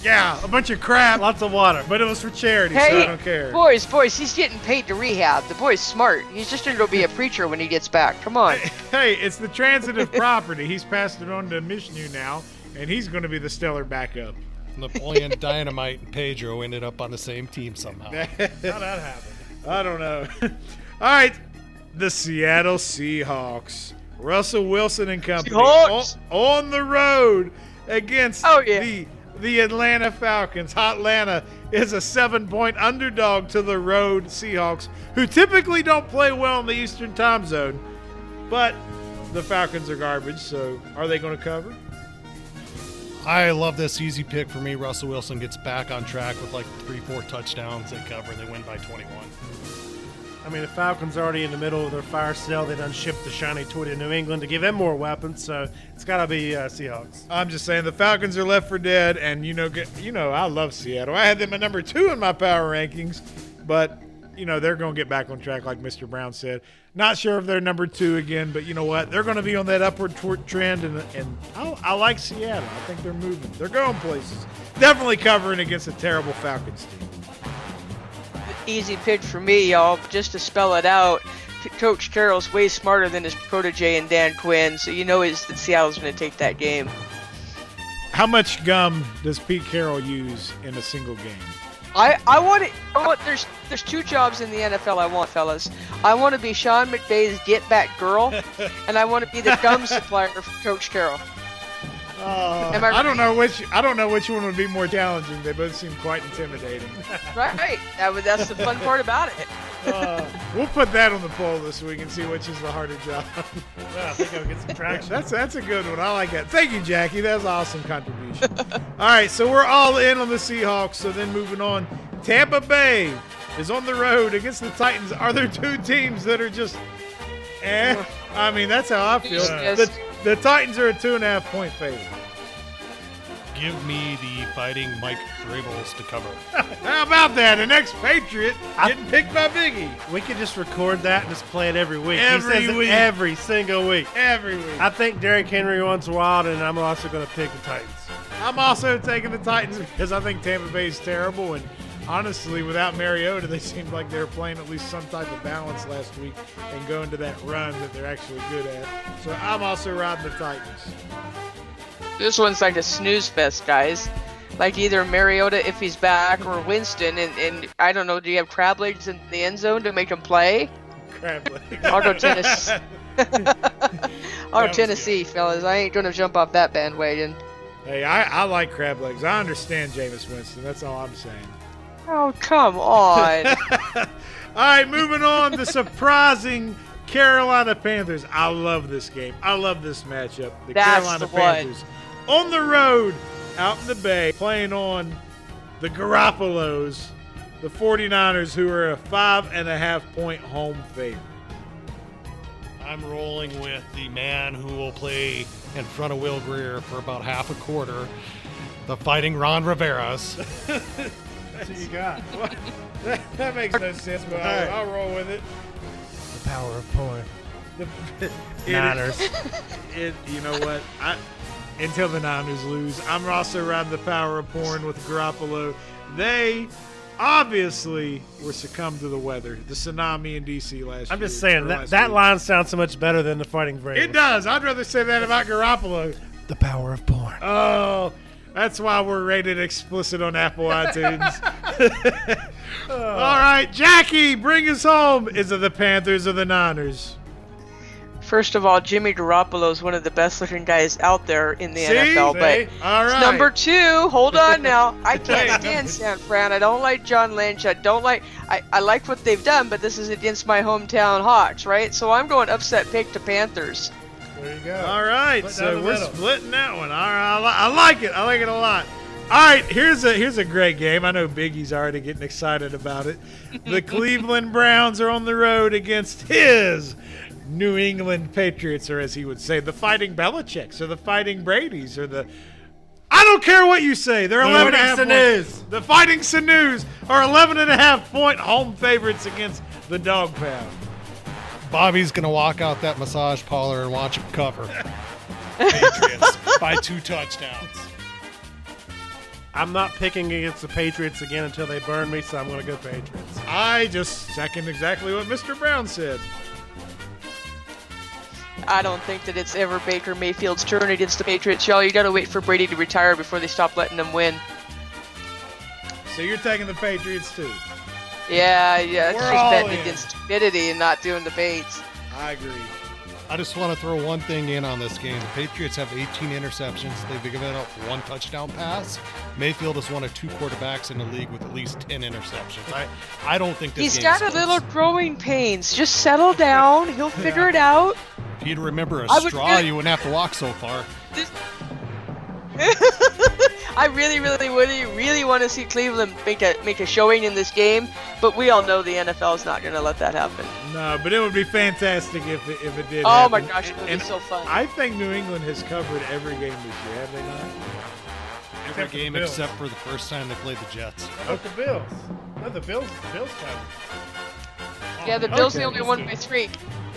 [SPEAKER 1] Yeah, a bunch of crap,
[SPEAKER 8] lots of water.
[SPEAKER 1] but it was for charity, so I don't care.
[SPEAKER 7] boys, boys, he's getting paid to rehab. The boy's smart. He's just gonna go be a preacher when he gets back.
[SPEAKER 1] (laughs)
[SPEAKER 7] Come on.
[SPEAKER 1] Hey, it's the transitive property. He's passed it on to Mishnu now, and he's going to be the stellar backup.
[SPEAKER 9] Napoleon Dynamite and Pedro ended up on the same team somehow.
[SPEAKER 1] (laughs) I don't know. All right, the Seattle Seahawks. Russell Wilson and company
[SPEAKER 7] Seahawks.
[SPEAKER 1] On, on the road against
[SPEAKER 7] Oh, yeah.
[SPEAKER 1] the the Atlanta Falcons. Atlanta is a seven-point underdog to the road Seahawks, who typically don't play well in the Eastern Time Zone. But the Falcons are garbage, so are they going to cover?
[SPEAKER 9] I love this easy pick for me. Russell Wilson gets back on track with like three, four touchdowns. They cover. They win by 21.
[SPEAKER 8] I mean, the Falcons are already in the middle of their fire sale. They done shipped the shiny toy to New England to give them more weapons, so it's got to be uh, Seahawks.
[SPEAKER 1] I'm just saying the Falcons are left for dead, and you know, get- you know, I love Seattle. I had them at number two in my power rankings, but you know they're going to get back on track, like Mr. Brown said. Not sure if they're number two again, but you know what? They're going to be on that upward tw- trend, and and I, I like Seattle. I think they're moving. They're going places. Definitely covering against a terrible Falcons team.
[SPEAKER 7] Easy pick for me, y'all. Just to spell it out, C- Coach Carroll's way smarter than his protege and Dan Quinn, so you know is that Seattle's gonna take that game.
[SPEAKER 1] How much gum does Pete Carroll use in a single game?
[SPEAKER 7] I, I want it. I want, there's there's two jobs in the NFL I want, fellas. I want to be Sean McVay's get
[SPEAKER 1] (laughs)
[SPEAKER 7] back girl, and I want to be the gum supplier for Coach Carroll. Am I
[SPEAKER 1] Oh, I don't know which. I don't know which one would be more challenging. They both seem quite intimidating. (laughs)
[SPEAKER 7] Right. That would, that's the fun part about it.
[SPEAKER 1] We'll put that on the poll this week and see which is the harder job.
[SPEAKER 8] I think I'll get some traction.
[SPEAKER 1] That's that's a good one. I like that. Thank you, Jackie. That's awesome contribution. (laughs) all right, so we're all in on the Seahawks. So then moving on, Tampa Bay is on the road against the Titans. Are there two teams that are just? Eh? I mean, that's how I feel.
[SPEAKER 7] Yes.
[SPEAKER 1] The, the Titans are a two and a half point favorite.
[SPEAKER 9] give me the fighting Mike Grables to cover.
[SPEAKER 1] How about that? An ex-patriot getting picked by Biggie
[SPEAKER 8] We could just record that and just play it every week.
[SPEAKER 1] Every
[SPEAKER 8] he says it
[SPEAKER 1] week.
[SPEAKER 8] every single week.
[SPEAKER 1] every week.
[SPEAKER 8] I think Derrick Henry runs wild, and I'm also going to pick the Titans.
[SPEAKER 1] I'm also taking the Titans because I think Tampa Bay is terrible. And honestly, without Mariota, they seemed like they were playing at least some type of balance last week and going to that run that they're actually good at. So I'm also riding the Titans. (laughs)
[SPEAKER 7] This one's like a snooze fest, guys. Like either Mariota if he's back or Winston, and, and I don't know, do you have crab legs in the end zone to make him play?
[SPEAKER 1] Crab legs.
[SPEAKER 7] (laughs) I'll
[SPEAKER 1] (laughs)
[SPEAKER 7] go Tennessee. I'll go
[SPEAKER 1] was
[SPEAKER 7] Tennessee, fellas. I ain't gonna jump off that bandwagon.
[SPEAKER 1] Hey, I, I like crab legs. I understand Jameis Winston. That's all I'm saying.
[SPEAKER 7] Oh
[SPEAKER 1] (laughs)
[SPEAKER 7] come on!
[SPEAKER 1] All right, moving on. The surprising Carolina Panthers. I love this game. I love this matchup. The
[SPEAKER 7] That's
[SPEAKER 1] Carolina
[SPEAKER 7] the one.
[SPEAKER 1] Panthers on the road, out in the bay, playing on the Garoppolos, the 49ers, who are a five and a half point home favorite.
[SPEAKER 9] I'm rolling with the man who will play in front of Will Greer for about half a quarter, the fighting Ron Rivera's.
[SPEAKER 8] That's what you
[SPEAKER 1] (laughs)
[SPEAKER 8] got.
[SPEAKER 1] That, that makes no sense, but I'll, I'll roll with it.
[SPEAKER 8] the power of porn.
[SPEAKER 1] (laughs) It-
[SPEAKER 8] Niners.
[SPEAKER 1] it, you know what? I until the Niners lose, I'm also riding the power of porn with Garoppolo. They obviously were succumbed to the weather, the tsunami in DC last.
[SPEAKER 8] I'm just
[SPEAKER 1] year,
[SPEAKER 8] saying
[SPEAKER 1] or
[SPEAKER 8] that
[SPEAKER 1] last
[SPEAKER 8] that
[SPEAKER 1] week.
[SPEAKER 8] line sounds so much better than the Fighting Ravens.
[SPEAKER 1] It does. I'd rather say that about Garoppolo.
[SPEAKER 8] The power of porn.
[SPEAKER 1] Oh, that's why we're rated explicit on Apple iTunes.
[SPEAKER 8] (laughs)
[SPEAKER 1] (laughs) All right, Jackie, bring us home. Is it the Panthers or the Niners?
[SPEAKER 7] First of all, Jimmy Garoppolo is one of the best-looking guys out there in the
[SPEAKER 1] See?
[SPEAKER 7] NFL. But
[SPEAKER 1] See? All right.
[SPEAKER 7] Number two, hold on now.
[SPEAKER 1] (laughs)
[SPEAKER 7] I can't
[SPEAKER 1] Hey.
[SPEAKER 7] stand San Fran. I don't like John Lynch. I don't like. I, I like what they've done, but this is against my hometown Hawks, right? So I'm going upset pick to Panthers.
[SPEAKER 8] There you go.
[SPEAKER 1] All right,
[SPEAKER 8] Split down
[SPEAKER 1] so
[SPEAKER 8] the
[SPEAKER 1] we're
[SPEAKER 8] middle.
[SPEAKER 1] splitting that one. All right, I, li- I like it. I like it a lot. All right, here's a here's a great game. I know Biggie's already getting excited about it. The Cleveland Browns are on the road against his New England Patriots, or as he would say, the Fighting Belichick's, or the Fighting Brady's, or the I don't care what you say. They're 11 and a half
[SPEAKER 8] Fighting
[SPEAKER 1] point-
[SPEAKER 8] Sinews.
[SPEAKER 1] The Fighting Sinews are 11 and a half point home favorites against the Dog Pound.
[SPEAKER 9] Bobby's gonna walk out that massage parlor and watch him
[SPEAKER 1] (laughs)
[SPEAKER 9] cover. Patriots by (laughs) two touchdowns.
[SPEAKER 8] I'm not picking against the Patriots again until they burn me, so I'm going to go Patriots.
[SPEAKER 1] I just second exactly what Mr. Brown said.
[SPEAKER 7] I don't think that it's ever Baker Mayfield's turn against the Patriots, y'all. You gotta wait for Brady to retire before they stop letting him win.
[SPEAKER 1] So you're taking the Patriots too.
[SPEAKER 7] Yeah, yeah.
[SPEAKER 1] We're
[SPEAKER 7] it's
[SPEAKER 1] all
[SPEAKER 7] just betting
[SPEAKER 1] in.
[SPEAKER 7] against stupidity and not doing debates.
[SPEAKER 1] I agree.
[SPEAKER 9] I just want to throw one thing in on this game. The Patriots have 18 interceptions. They've given up one touchdown pass. Mayfield is one of two quarterbacks in the league with at least 10 interceptions. I, I don't think this
[SPEAKER 7] He's
[SPEAKER 9] game
[SPEAKER 7] got
[SPEAKER 9] is
[SPEAKER 7] a
[SPEAKER 9] close.
[SPEAKER 7] little growing pains. Just settle down. He'll figure it out.
[SPEAKER 9] If you'd remember a
[SPEAKER 7] I would
[SPEAKER 9] straw,
[SPEAKER 7] do-
[SPEAKER 9] you wouldn't have to walk so far.
[SPEAKER 7] This- I really, really, really, really want to see Cleveland make a make a showing in this game, but we all know the NFL is not going to let that happen.
[SPEAKER 1] No, but it would be fantastic if it, if it did.
[SPEAKER 7] oh my
[SPEAKER 1] happen.
[SPEAKER 7] gosh, it would be
[SPEAKER 1] And
[SPEAKER 7] so fun.
[SPEAKER 1] I think New England has covered every game this year, have they not?
[SPEAKER 9] Every
[SPEAKER 8] for the
[SPEAKER 9] game
[SPEAKER 8] Bills.
[SPEAKER 9] except for the first time they played the Jets.
[SPEAKER 8] But the Bills. No, the Bills. Bills covered.
[SPEAKER 7] yeah, the Bills the only one by three.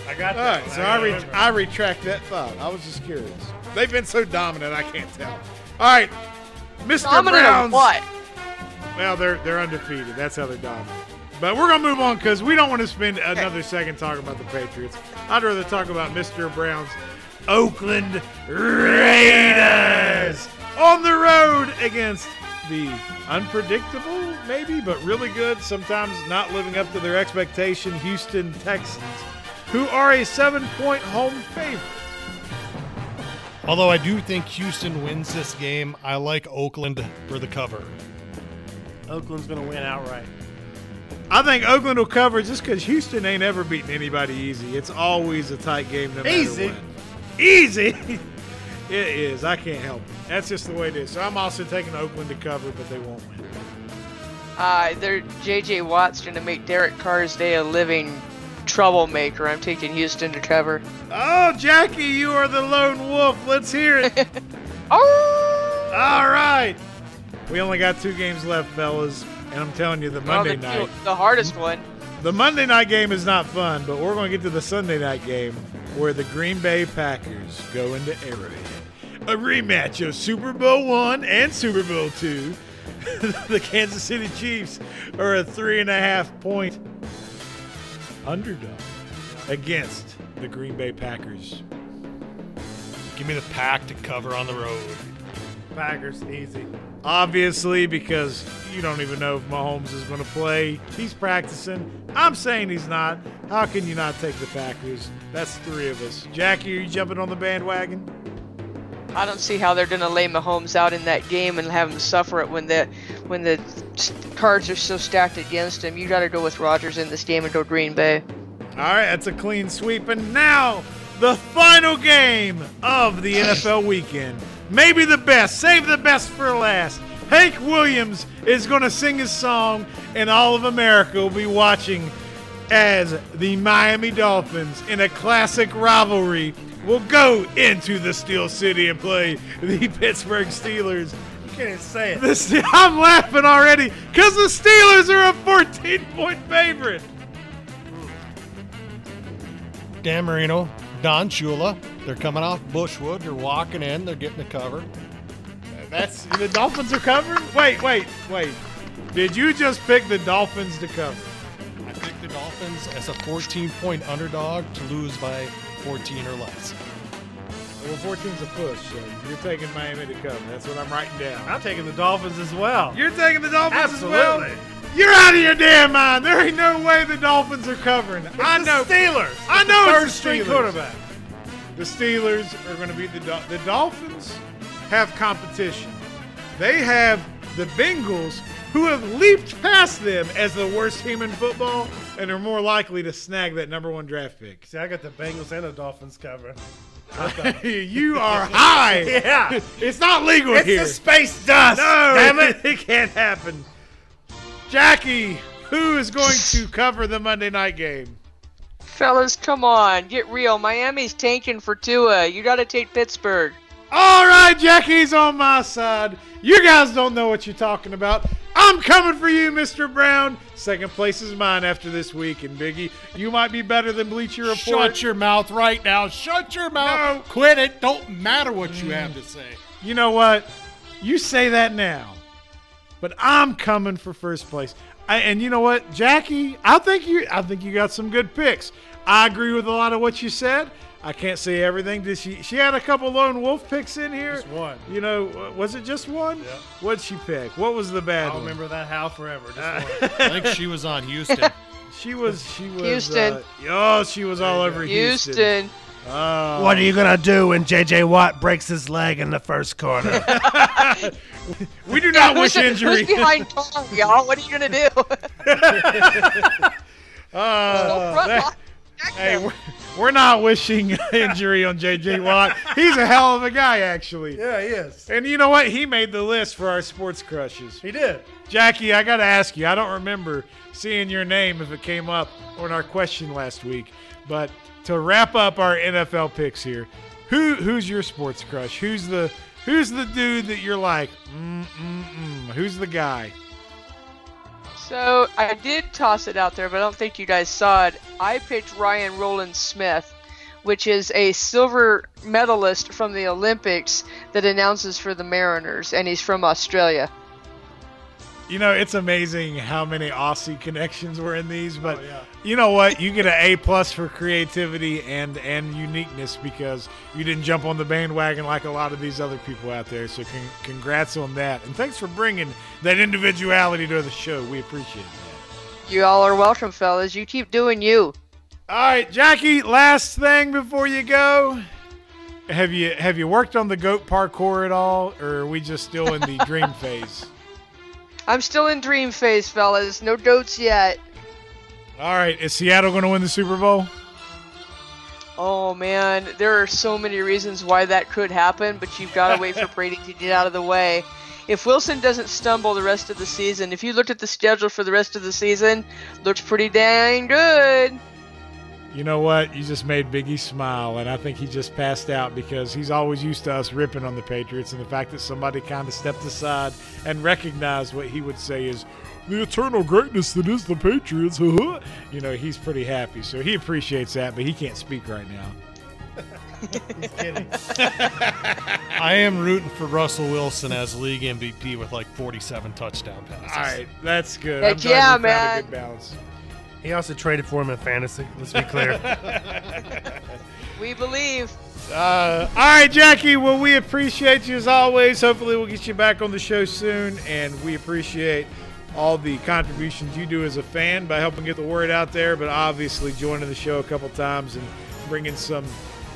[SPEAKER 8] I got
[SPEAKER 1] All right, so I, re- I retract that thought. I was just curious. They've been so dominant, I can't tell. All right, Mr.
[SPEAKER 7] Dominant of
[SPEAKER 1] Brown's.
[SPEAKER 7] what?
[SPEAKER 1] Well, they're they're undefeated. That's how they're dominant. But we're gonna move on because we don't want to spend another second talking about the Patriots. I'd rather talk about Mr. Brown's Oakland Raiders on the road against the unpredictable, maybe, but really good, sometimes not living up to their expectation, Houston Texans, who are a seven-point home favorite.
[SPEAKER 9] Although I do think Houston wins this game, I like Oakland for the cover.
[SPEAKER 8] Oakland's going to win outright.
[SPEAKER 1] I think Oakland will cover just because Houston ain't ever beaten anybody easy. It's always a tight game, no matter
[SPEAKER 8] Easy.
[SPEAKER 1] what. Easy. (laughs) it is. I can't help it. That's just the way it is. So I'm also taking Oakland to cover, but they won't win.
[SPEAKER 7] Uh, they're JJ Watt's going to make Derek Carr's day a living troublemaker. I'm taking Houston to cover. (laughs)
[SPEAKER 1] Oh, Jackie, you are the lone wolf. Let's hear it.
[SPEAKER 7] Oh!
[SPEAKER 1] All right. We only got two games left, fellas. And I'm telling you, the
[SPEAKER 7] Well,
[SPEAKER 1] Monday
[SPEAKER 7] the,
[SPEAKER 1] night.
[SPEAKER 7] the hardest one.
[SPEAKER 1] The Monday night game is not fun, but we're going to get to the Sunday night game where the Green Bay Packers go into Arrowhead. A rematch of Super Bowl one and Super Bowl two. (laughs) the Kansas City Chiefs are a three and a half point underdog against the Green Bay Packers.
[SPEAKER 9] Give me the pack to cover on the road.
[SPEAKER 8] Packers, easy.
[SPEAKER 1] Obviously, because you don't even know if Mahomes is going to play. He's practicing. I'm saying he's not. How can you not take the Packers? That's three of us. Jackie, are you jumping on the bandwagon?
[SPEAKER 7] I don't see how they're going to lay Mahomes out in that game and have him suffer it when the when the cards are so stacked against him. You got to go with Rodgers in this game and go Green Bay.
[SPEAKER 1] All right, that's a clean sweep. And now, the final game of the NFL weekend. Maybe the best. Save the best for last. Hank Williams is going to sing his song, and all of America will be watching as the Miami Dolphins, in a classic rivalry, will go into the Steel City and play the Pittsburgh Steelers.
[SPEAKER 8] You can't even say it.
[SPEAKER 1] The Ste- (laughs) I'm laughing already because the Steelers are a 14 point favorite.
[SPEAKER 9] Dan Marino, Don Shula. They're coming off Bushwood. They're walking in. They're getting the cover.
[SPEAKER 1] That's the Dolphins are covering. Wait, wait, wait. Did you just pick the Dolphins to cover?
[SPEAKER 9] I picked the Dolphins as a 14-point underdog to lose by 14 or less.
[SPEAKER 1] Well, 14's a push, so you're taking Miami to cover. That's what I'm writing down.
[SPEAKER 8] I'm taking the Dolphins as well.
[SPEAKER 1] You're taking the Dolphins as well.
[SPEAKER 8] Absolutely.
[SPEAKER 1] You're out of your damn mind. There ain't no way the Dolphins are covering. I
[SPEAKER 8] the
[SPEAKER 1] know.
[SPEAKER 8] Steelers.
[SPEAKER 1] I know
[SPEAKER 8] Third
[SPEAKER 1] it's the
[SPEAKER 8] string
[SPEAKER 1] Steelers.
[SPEAKER 8] quarterback.
[SPEAKER 1] The Steelers are going to be the Dol- the Dolphins have competition. They have the Bengals who have leaped past them as the worst team in football and are more likely to snag that number 1 draft pick.
[SPEAKER 8] See, I got the Bengals and the Dolphins covering.
[SPEAKER 1] (laughs) you are
[SPEAKER 9] (laughs)
[SPEAKER 1] high.
[SPEAKER 8] Yeah.
[SPEAKER 1] It's not legal here.
[SPEAKER 8] space dust.
[SPEAKER 1] no,
[SPEAKER 8] damn
[SPEAKER 1] it,
[SPEAKER 8] it.
[SPEAKER 1] (laughs) it can't happen. Jackie, who is going to cover the Monday night game?
[SPEAKER 7] Fellas, come on, get real. Miami's tanking for Tua. You got to take Pittsburgh.
[SPEAKER 1] All right, Jackie's on my side. You guys don't know what you're talking about. I'm coming for you, Mr. Brown. Second place is mine after this week, and Biggie, you might be better than Bleacher Report.
[SPEAKER 9] Shut your mouth right now. Shut your mouth. Quit it. Don't matter what you have to say.
[SPEAKER 1] Mm. you know what? You say that now, but I'm coming for first place. I, and you know what, Jackie? I think you. I think you got some good picks. I agree with a lot of what you said. I can't say everything. Did she? She had a couple lone wolf picks in here.
[SPEAKER 8] Just one.
[SPEAKER 1] You know, uh, was it just one?
[SPEAKER 8] Yeah.
[SPEAKER 1] What'd she pick? What was the bad
[SPEAKER 8] I'll
[SPEAKER 1] one?
[SPEAKER 8] remember that how forever. Just
[SPEAKER 1] (laughs)
[SPEAKER 9] I think she was on Houston.
[SPEAKER 1] She was. She was.
[SPEAKER 7] Houston.
[SPEAKER 1] uh, oh, she was all over (laughs) Houston.
[SPEAKER 7] Houston.
[SPEAKER 1] Oh.
[SPEAKER 8] What are you gonna do when J.J. Watt breaks his leg in the first
[SPEAKER 1] (laughs)
[SPEAKER 8] quarter?
[SPEAKER 1] We do not wish
[SPEAKER 7] (laughs) who's,
[SPEAKER 1] injury. (laughs)
[SPEAKER 7] Who's behind Tom, y'all? What are you going to do? (laughs)
[SPEAKER 1] Uh,
[SPEAKER 7] Run
[SPEAKER 1] that-
[SPEAKER 7] off. Jack
[SPEAKER 1] hey,
[SPEAKER 7] them.
[SPEAKER 1] we're, we're not wishing (laughs) injury on J.J. Watt. He's a hell of a guy, actually.
[SPEAKER 8] yeah, he is.
[SPEAKER 1] And you know what? He made the list for our sports crushes.
[SPEAKER 8] He did.
[SPEAKER 1] Jackie, I got to ask you. I don't remember seeing your name if it came up on our question last week. But to wrap up our NFL picks here, who who's your sports crush? Who's the who's the dude that you're like? Mm mm mm. Who's the guy?
[SPEAKER 7] So I did toss it out there, but I don't think you guys saw it. I picked Ryan Roland Smith, which is a silver medalist from the Olympics that announces for the Mariners, and he's from Australia.
[SPEAKER 1] You know, it's amazing how many Aussie connections were in these, but you know what? You get an A plus for creativity and and uniqueness because you didn't jump on the bandwagon like a lot of these other people out there. So con- congrats on that, and thanks for bringing that individuality to the show. We appreciate that.
[SPEAKER 7] You all are welcome, fellas. You keep doing you.
[SPEAKER 1] All right, Jackie. Last thing before you go, have you have you worked on the goat parkour at all, or are we just still in the dream phase?
[SPEAKER 7] I'm still in dream phase, fellas. No goats yet.
[SPEAKER 1] All right, is Seattle going to win the Super Bowl?
[SPEAKER 7] Oh man, there are so many reasons why that could happen, but you've got to wait for Brady to get out of the way. If Wilson doesn't stumble the rest of the season, if you look at the schedule for the rest of the season, looks pretty dang good.
[SPEAKER 1] You know what? You just made Biggie smile, and I think he just passed out because he's always used to us ripping on the Patriots, and the fact that somebody kind of stepped aside and recognized what he would say is the eternal greatness that is the Patriots. (laughs) huh?" you know, he's pretty happy, so he appreciates that, but he can't speak right now.
[SPEAKER 2] I am rooting for Russell Wilson as league MVP with like 47 touchdown passes.
[SPEAKER 1] All right, that's good.
[SPEAKER 7] Heck
[SPEAKER 1] I'm glad we
[SPEAKER 7] yeah,
[SPEAKER 1] found
[SPEAKER 7] man.
[SPEAKER 1] A good balance.
[SPEAKER 3] He also traded for him in fantasy. Let's be clear.
[SPEAKER 2] (laughs)
[SPEAKER 7] We believe.
[SPEAKER 1] Uh, all right, Jackie. Well, we appreciate you as always. Hopefully, we'll get you back on the show soon, and we appreciate all the contributions you do as a fan by helping get the word out there. But obviously, joining the show a couple times and bringing some,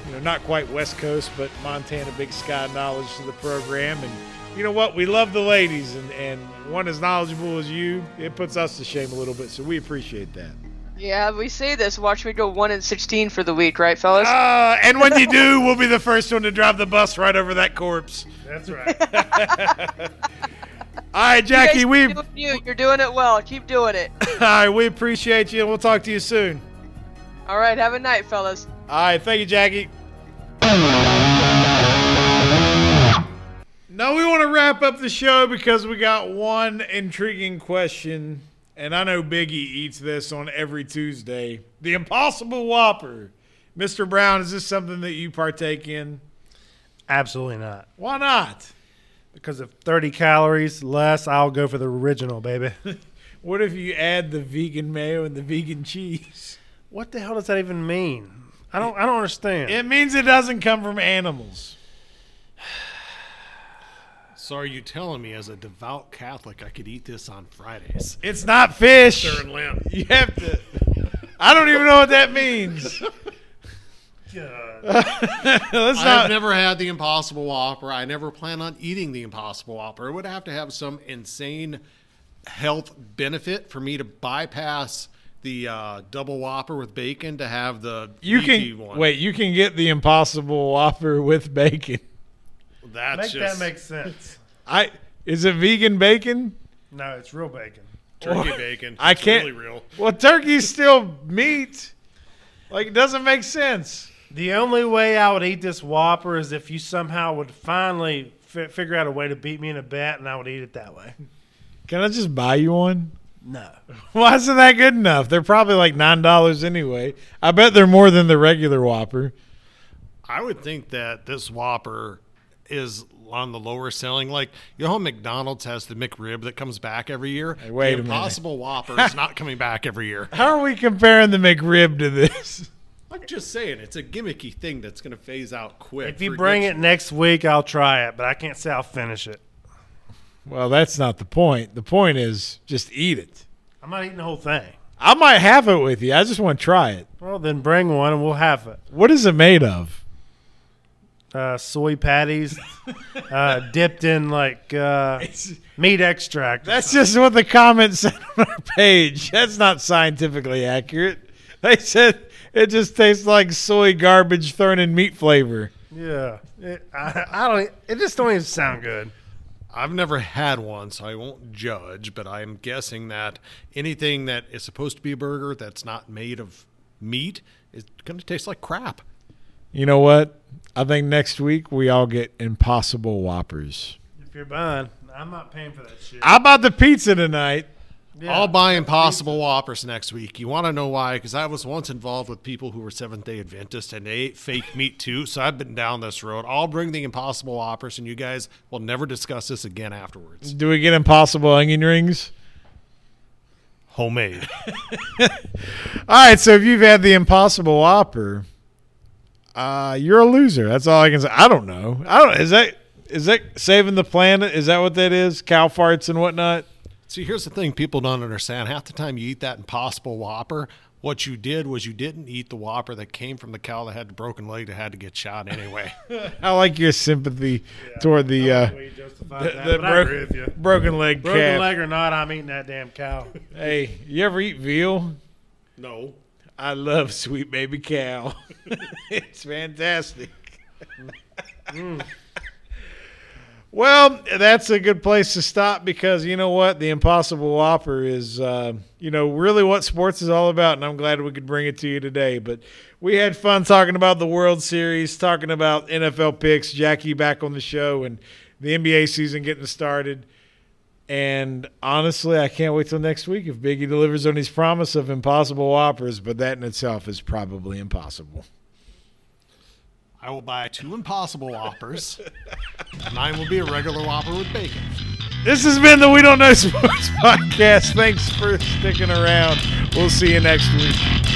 [SPEAKER 1] you know, not quite West Coast but Montana Big Sky knowledge to the program. And you know what? We love the ladies, and and one as knowledgeable as you, it puts us to shame a little bit. So we appreciate that.
[SPEAKER 7] Yeah, we say this. Watch me go one and sixteen for the week, right, fellas?
[SPEAKER 1] Uh, and when you
[SPEAKER 3] (laughs)
[SPEAKER 1] do, we'll be the first one to drive the bus right over that corpse. (laughs)
[SPEAKER 3] That's right.
[SPEAKER 1] All right,
[SPEAKER 7] You guys
[SPEAKER 1] Jackie,
[SPEAKER 7] keep
[SPEAKER 1] we all
[SPEAKER 7] doing you. You're doing it well. Keep doing it.
[SPEAKER 1] right, we appreciate you, and we'll talk to you soon.
[SPEAKER 7] All right. Have a night, fellas.
[SPEAKER 1] All right, thank you, Jackie. Now we want to wrap up the show because we got one intriguing question, and I know Biggie eats this on every Tuesday. The Impossible Whopper, Mr. Brown, is this something that you partake in?
[SPEAKER 3] Absolutely not.
[SPEAKER 1] Why not?
[SPEAKER 3] Because of 30 calories less, I'll go for the original,
[SPEAKER 2] (laughs)
[SPEAKER 3] baby.
[SPEAKER 1] What if you add the vegan mayo and the vegan cheese?
[SPEAKER 3] What the hell does that even mean? I don't. I don't understand.
[SPEAKER 1] It means it doesn't come from animals.
[SPEAKER 2] So are you telling me as a devout Catholic I could eat this on Fridays?
[SPEAKER 1] It's not fish.
[SPEAKER 2] Third limb.
[SPEAKER 1] You have to. (laughs) I don't even know what that (laughs) means. (laughs) Let's
[SPEAKER 2] I've
[SPEAKER 1] not.
[SPEAKER 2] never had the Impossible Whopper. I never plan on eating the Impossible Whopper. It would have to have some insane health benefit for me to bypass the uh, double Whopper with bacon to have the
[SPEAKER 1] you
[SPEAKER 2] VG
[SPEAKER 1] can
[SPEAKER 2] one.
[SPEAKER 1] wait. You can get the Impossible Whopper with bacon.
[SPEAKER 2] That's
[SPEAKER 3] Make
[SPEAKER 2] just
[SPEAKER 3] that make
[SPEAKER 2] (laughs)
[SPEAKER 3] sense.
[SPEAKER 1] I is it vegan bacon?
[SPEAKER 3] No, it's real bacon.
[SPEAKER 1] (laughs)
[SPEAKER 2] turkey bacon.
[SPEAKER 1] I
[SPEAKER 2] It's
[SPEAKER 1] can't-
[SPEAKER 2] Really real.
[SPEAKER 1] Well, turkey's still meat. Like it doesn't make sense.
[SPEAKER 3] The only way I would eat this Whopper is if you somehow would finally fi- figure out a way to beat me in a bet, and I would eat it that way.
[SPEAKER 1] Can I just buy you one?
[SPEAKER 3] No.
[SPEAKER 1] Why isn't that good enough? They're probably like nine dollars anyway. I bet they're more than the regular Whopper.
[SPEAKER 2] I would think that this Whopper is on the lower selling. Like you know how McDonald's has the McRib that comes back every year.
[SPEAKER 1] wait a
[SPEAKER 2] the
[SPEAKER 1] minute.
[SPEAKER 3] (laughs)
[SPEAKER 2] Impossible Whopper is not coming back every year.
[SPEAKER 1] How are we comparing the McRib to this? (laughs)
[SPEAKER 2] I'm just saying it's a gimmicky thing that's going to phase out quick.
[SPEAKER 3] If you
[SPEAKER 2] for
[SPEAKER 3] bring it
[SPEAKER 2] kids.
[SPEAKER 3] next week, I'll try it, but I can't say I'll finish it.
[SPEAKER 1] Well, that's not the point. The point is just eat it.
[SPEAKER 3] I'm not eating the whole thing.
[SPEAKER 1] I might have it with you. I just want to try it.
[SPEAKER 3] Well, then bring one, and we'll have it.
[SPEAKER 1] What is it made of?
[SPEAKER 3] Uh,
[SPEAKER 1] (laughs)
[SPEAKER 3] soy patties, uh, dipped in like uh, meat extract.
[SPEAKER 1] That's just what the comments (laughs) said on our page. That's not scientifically accurate. They said it just tastes like soy garbage thrown in meat flavor.
[SPEAKER 3] yeah. It, I, I don't. e, It just don't even sound good.
[SPEAKER 2] I've never had one, so I won't judge, but I'm guessing that anything that is supposed to be a burger that's not made of meat is going to taste like crap.
[SPEAKER 1] You know what? I think next week we all get impossible whoppers.
[SPEAKER 3] If you're buying, I'm not paying for that shit.
[SPEAKER 1] How about the pizza tonight?
[SPEAKER 2] I'll buy Impossible Whoppers next week. You want to know why? Because I was once involved with people who were Seventh day Adventists and they ate fake meat too, so I've been down this road. I'll bring the Impossible Whoppers, and you guys will never discuss this again afterwards.
[SPEAKER 1] Do we get impossible onion rings?
[SPEAKER 2] Homemade.
[SPEAKER 1] All right, so if you've had the Impossible Whopper, uh, you're a loser. That's all I can say. I don't know. I don't. Is that is that saving the planet? Is that what that is? Cow farts and whatnot.
[SPEAKER 2] (laughs) See, here's the thing people don't understand. Half the time you eat that Impossible Whopper, what you did was you didn't eat the Whopper that came from the cow that had the broken leg that had to get shot anyway.
[SPEAKER 1] I like your sympathy toward the uh,
[SPEAKER 3] We justify
[SPEAKER 1] the,
[SPEAKER 3] that,
[SPEAKER 1] the
[SPEAKER 3] but I agree with you.
[SPEAKER 1] broken broken leg
[SPEAKER 3] Broken
[SPEAKER 1] calf.
[SPEAKER 3] leg or not, I'm eating that damn cow.
[SPEAKER 1] Hey, you ever eat veal?
[SPEAKER 2] (laughs) no.
[SPEAKER 1] I love sweet baby (laughs) cow. it's fantastic. (laughs) Well, that's a good place to stop because you know what? The Impossible Whopper is, uh, you know, really what sports is all about. And I'm glad we could bring it to you today. But we had fun talking about the World Series, talking about NFL picks, Jackie back on the show, and the NBA season getting started. And honestly, I can't wait till next week if Biggie delivers on his promise of impossible whoppers, but that in itself is probably impossible.
[SPEAKER 9] I will buy two Impossible Whoppers. Mine will be a regular Whopper with bacon.
[SPEAKER 1] This has been (laughs) the We Don't Know Sports Podcast. Thanks for sticking around. We'll see you next week.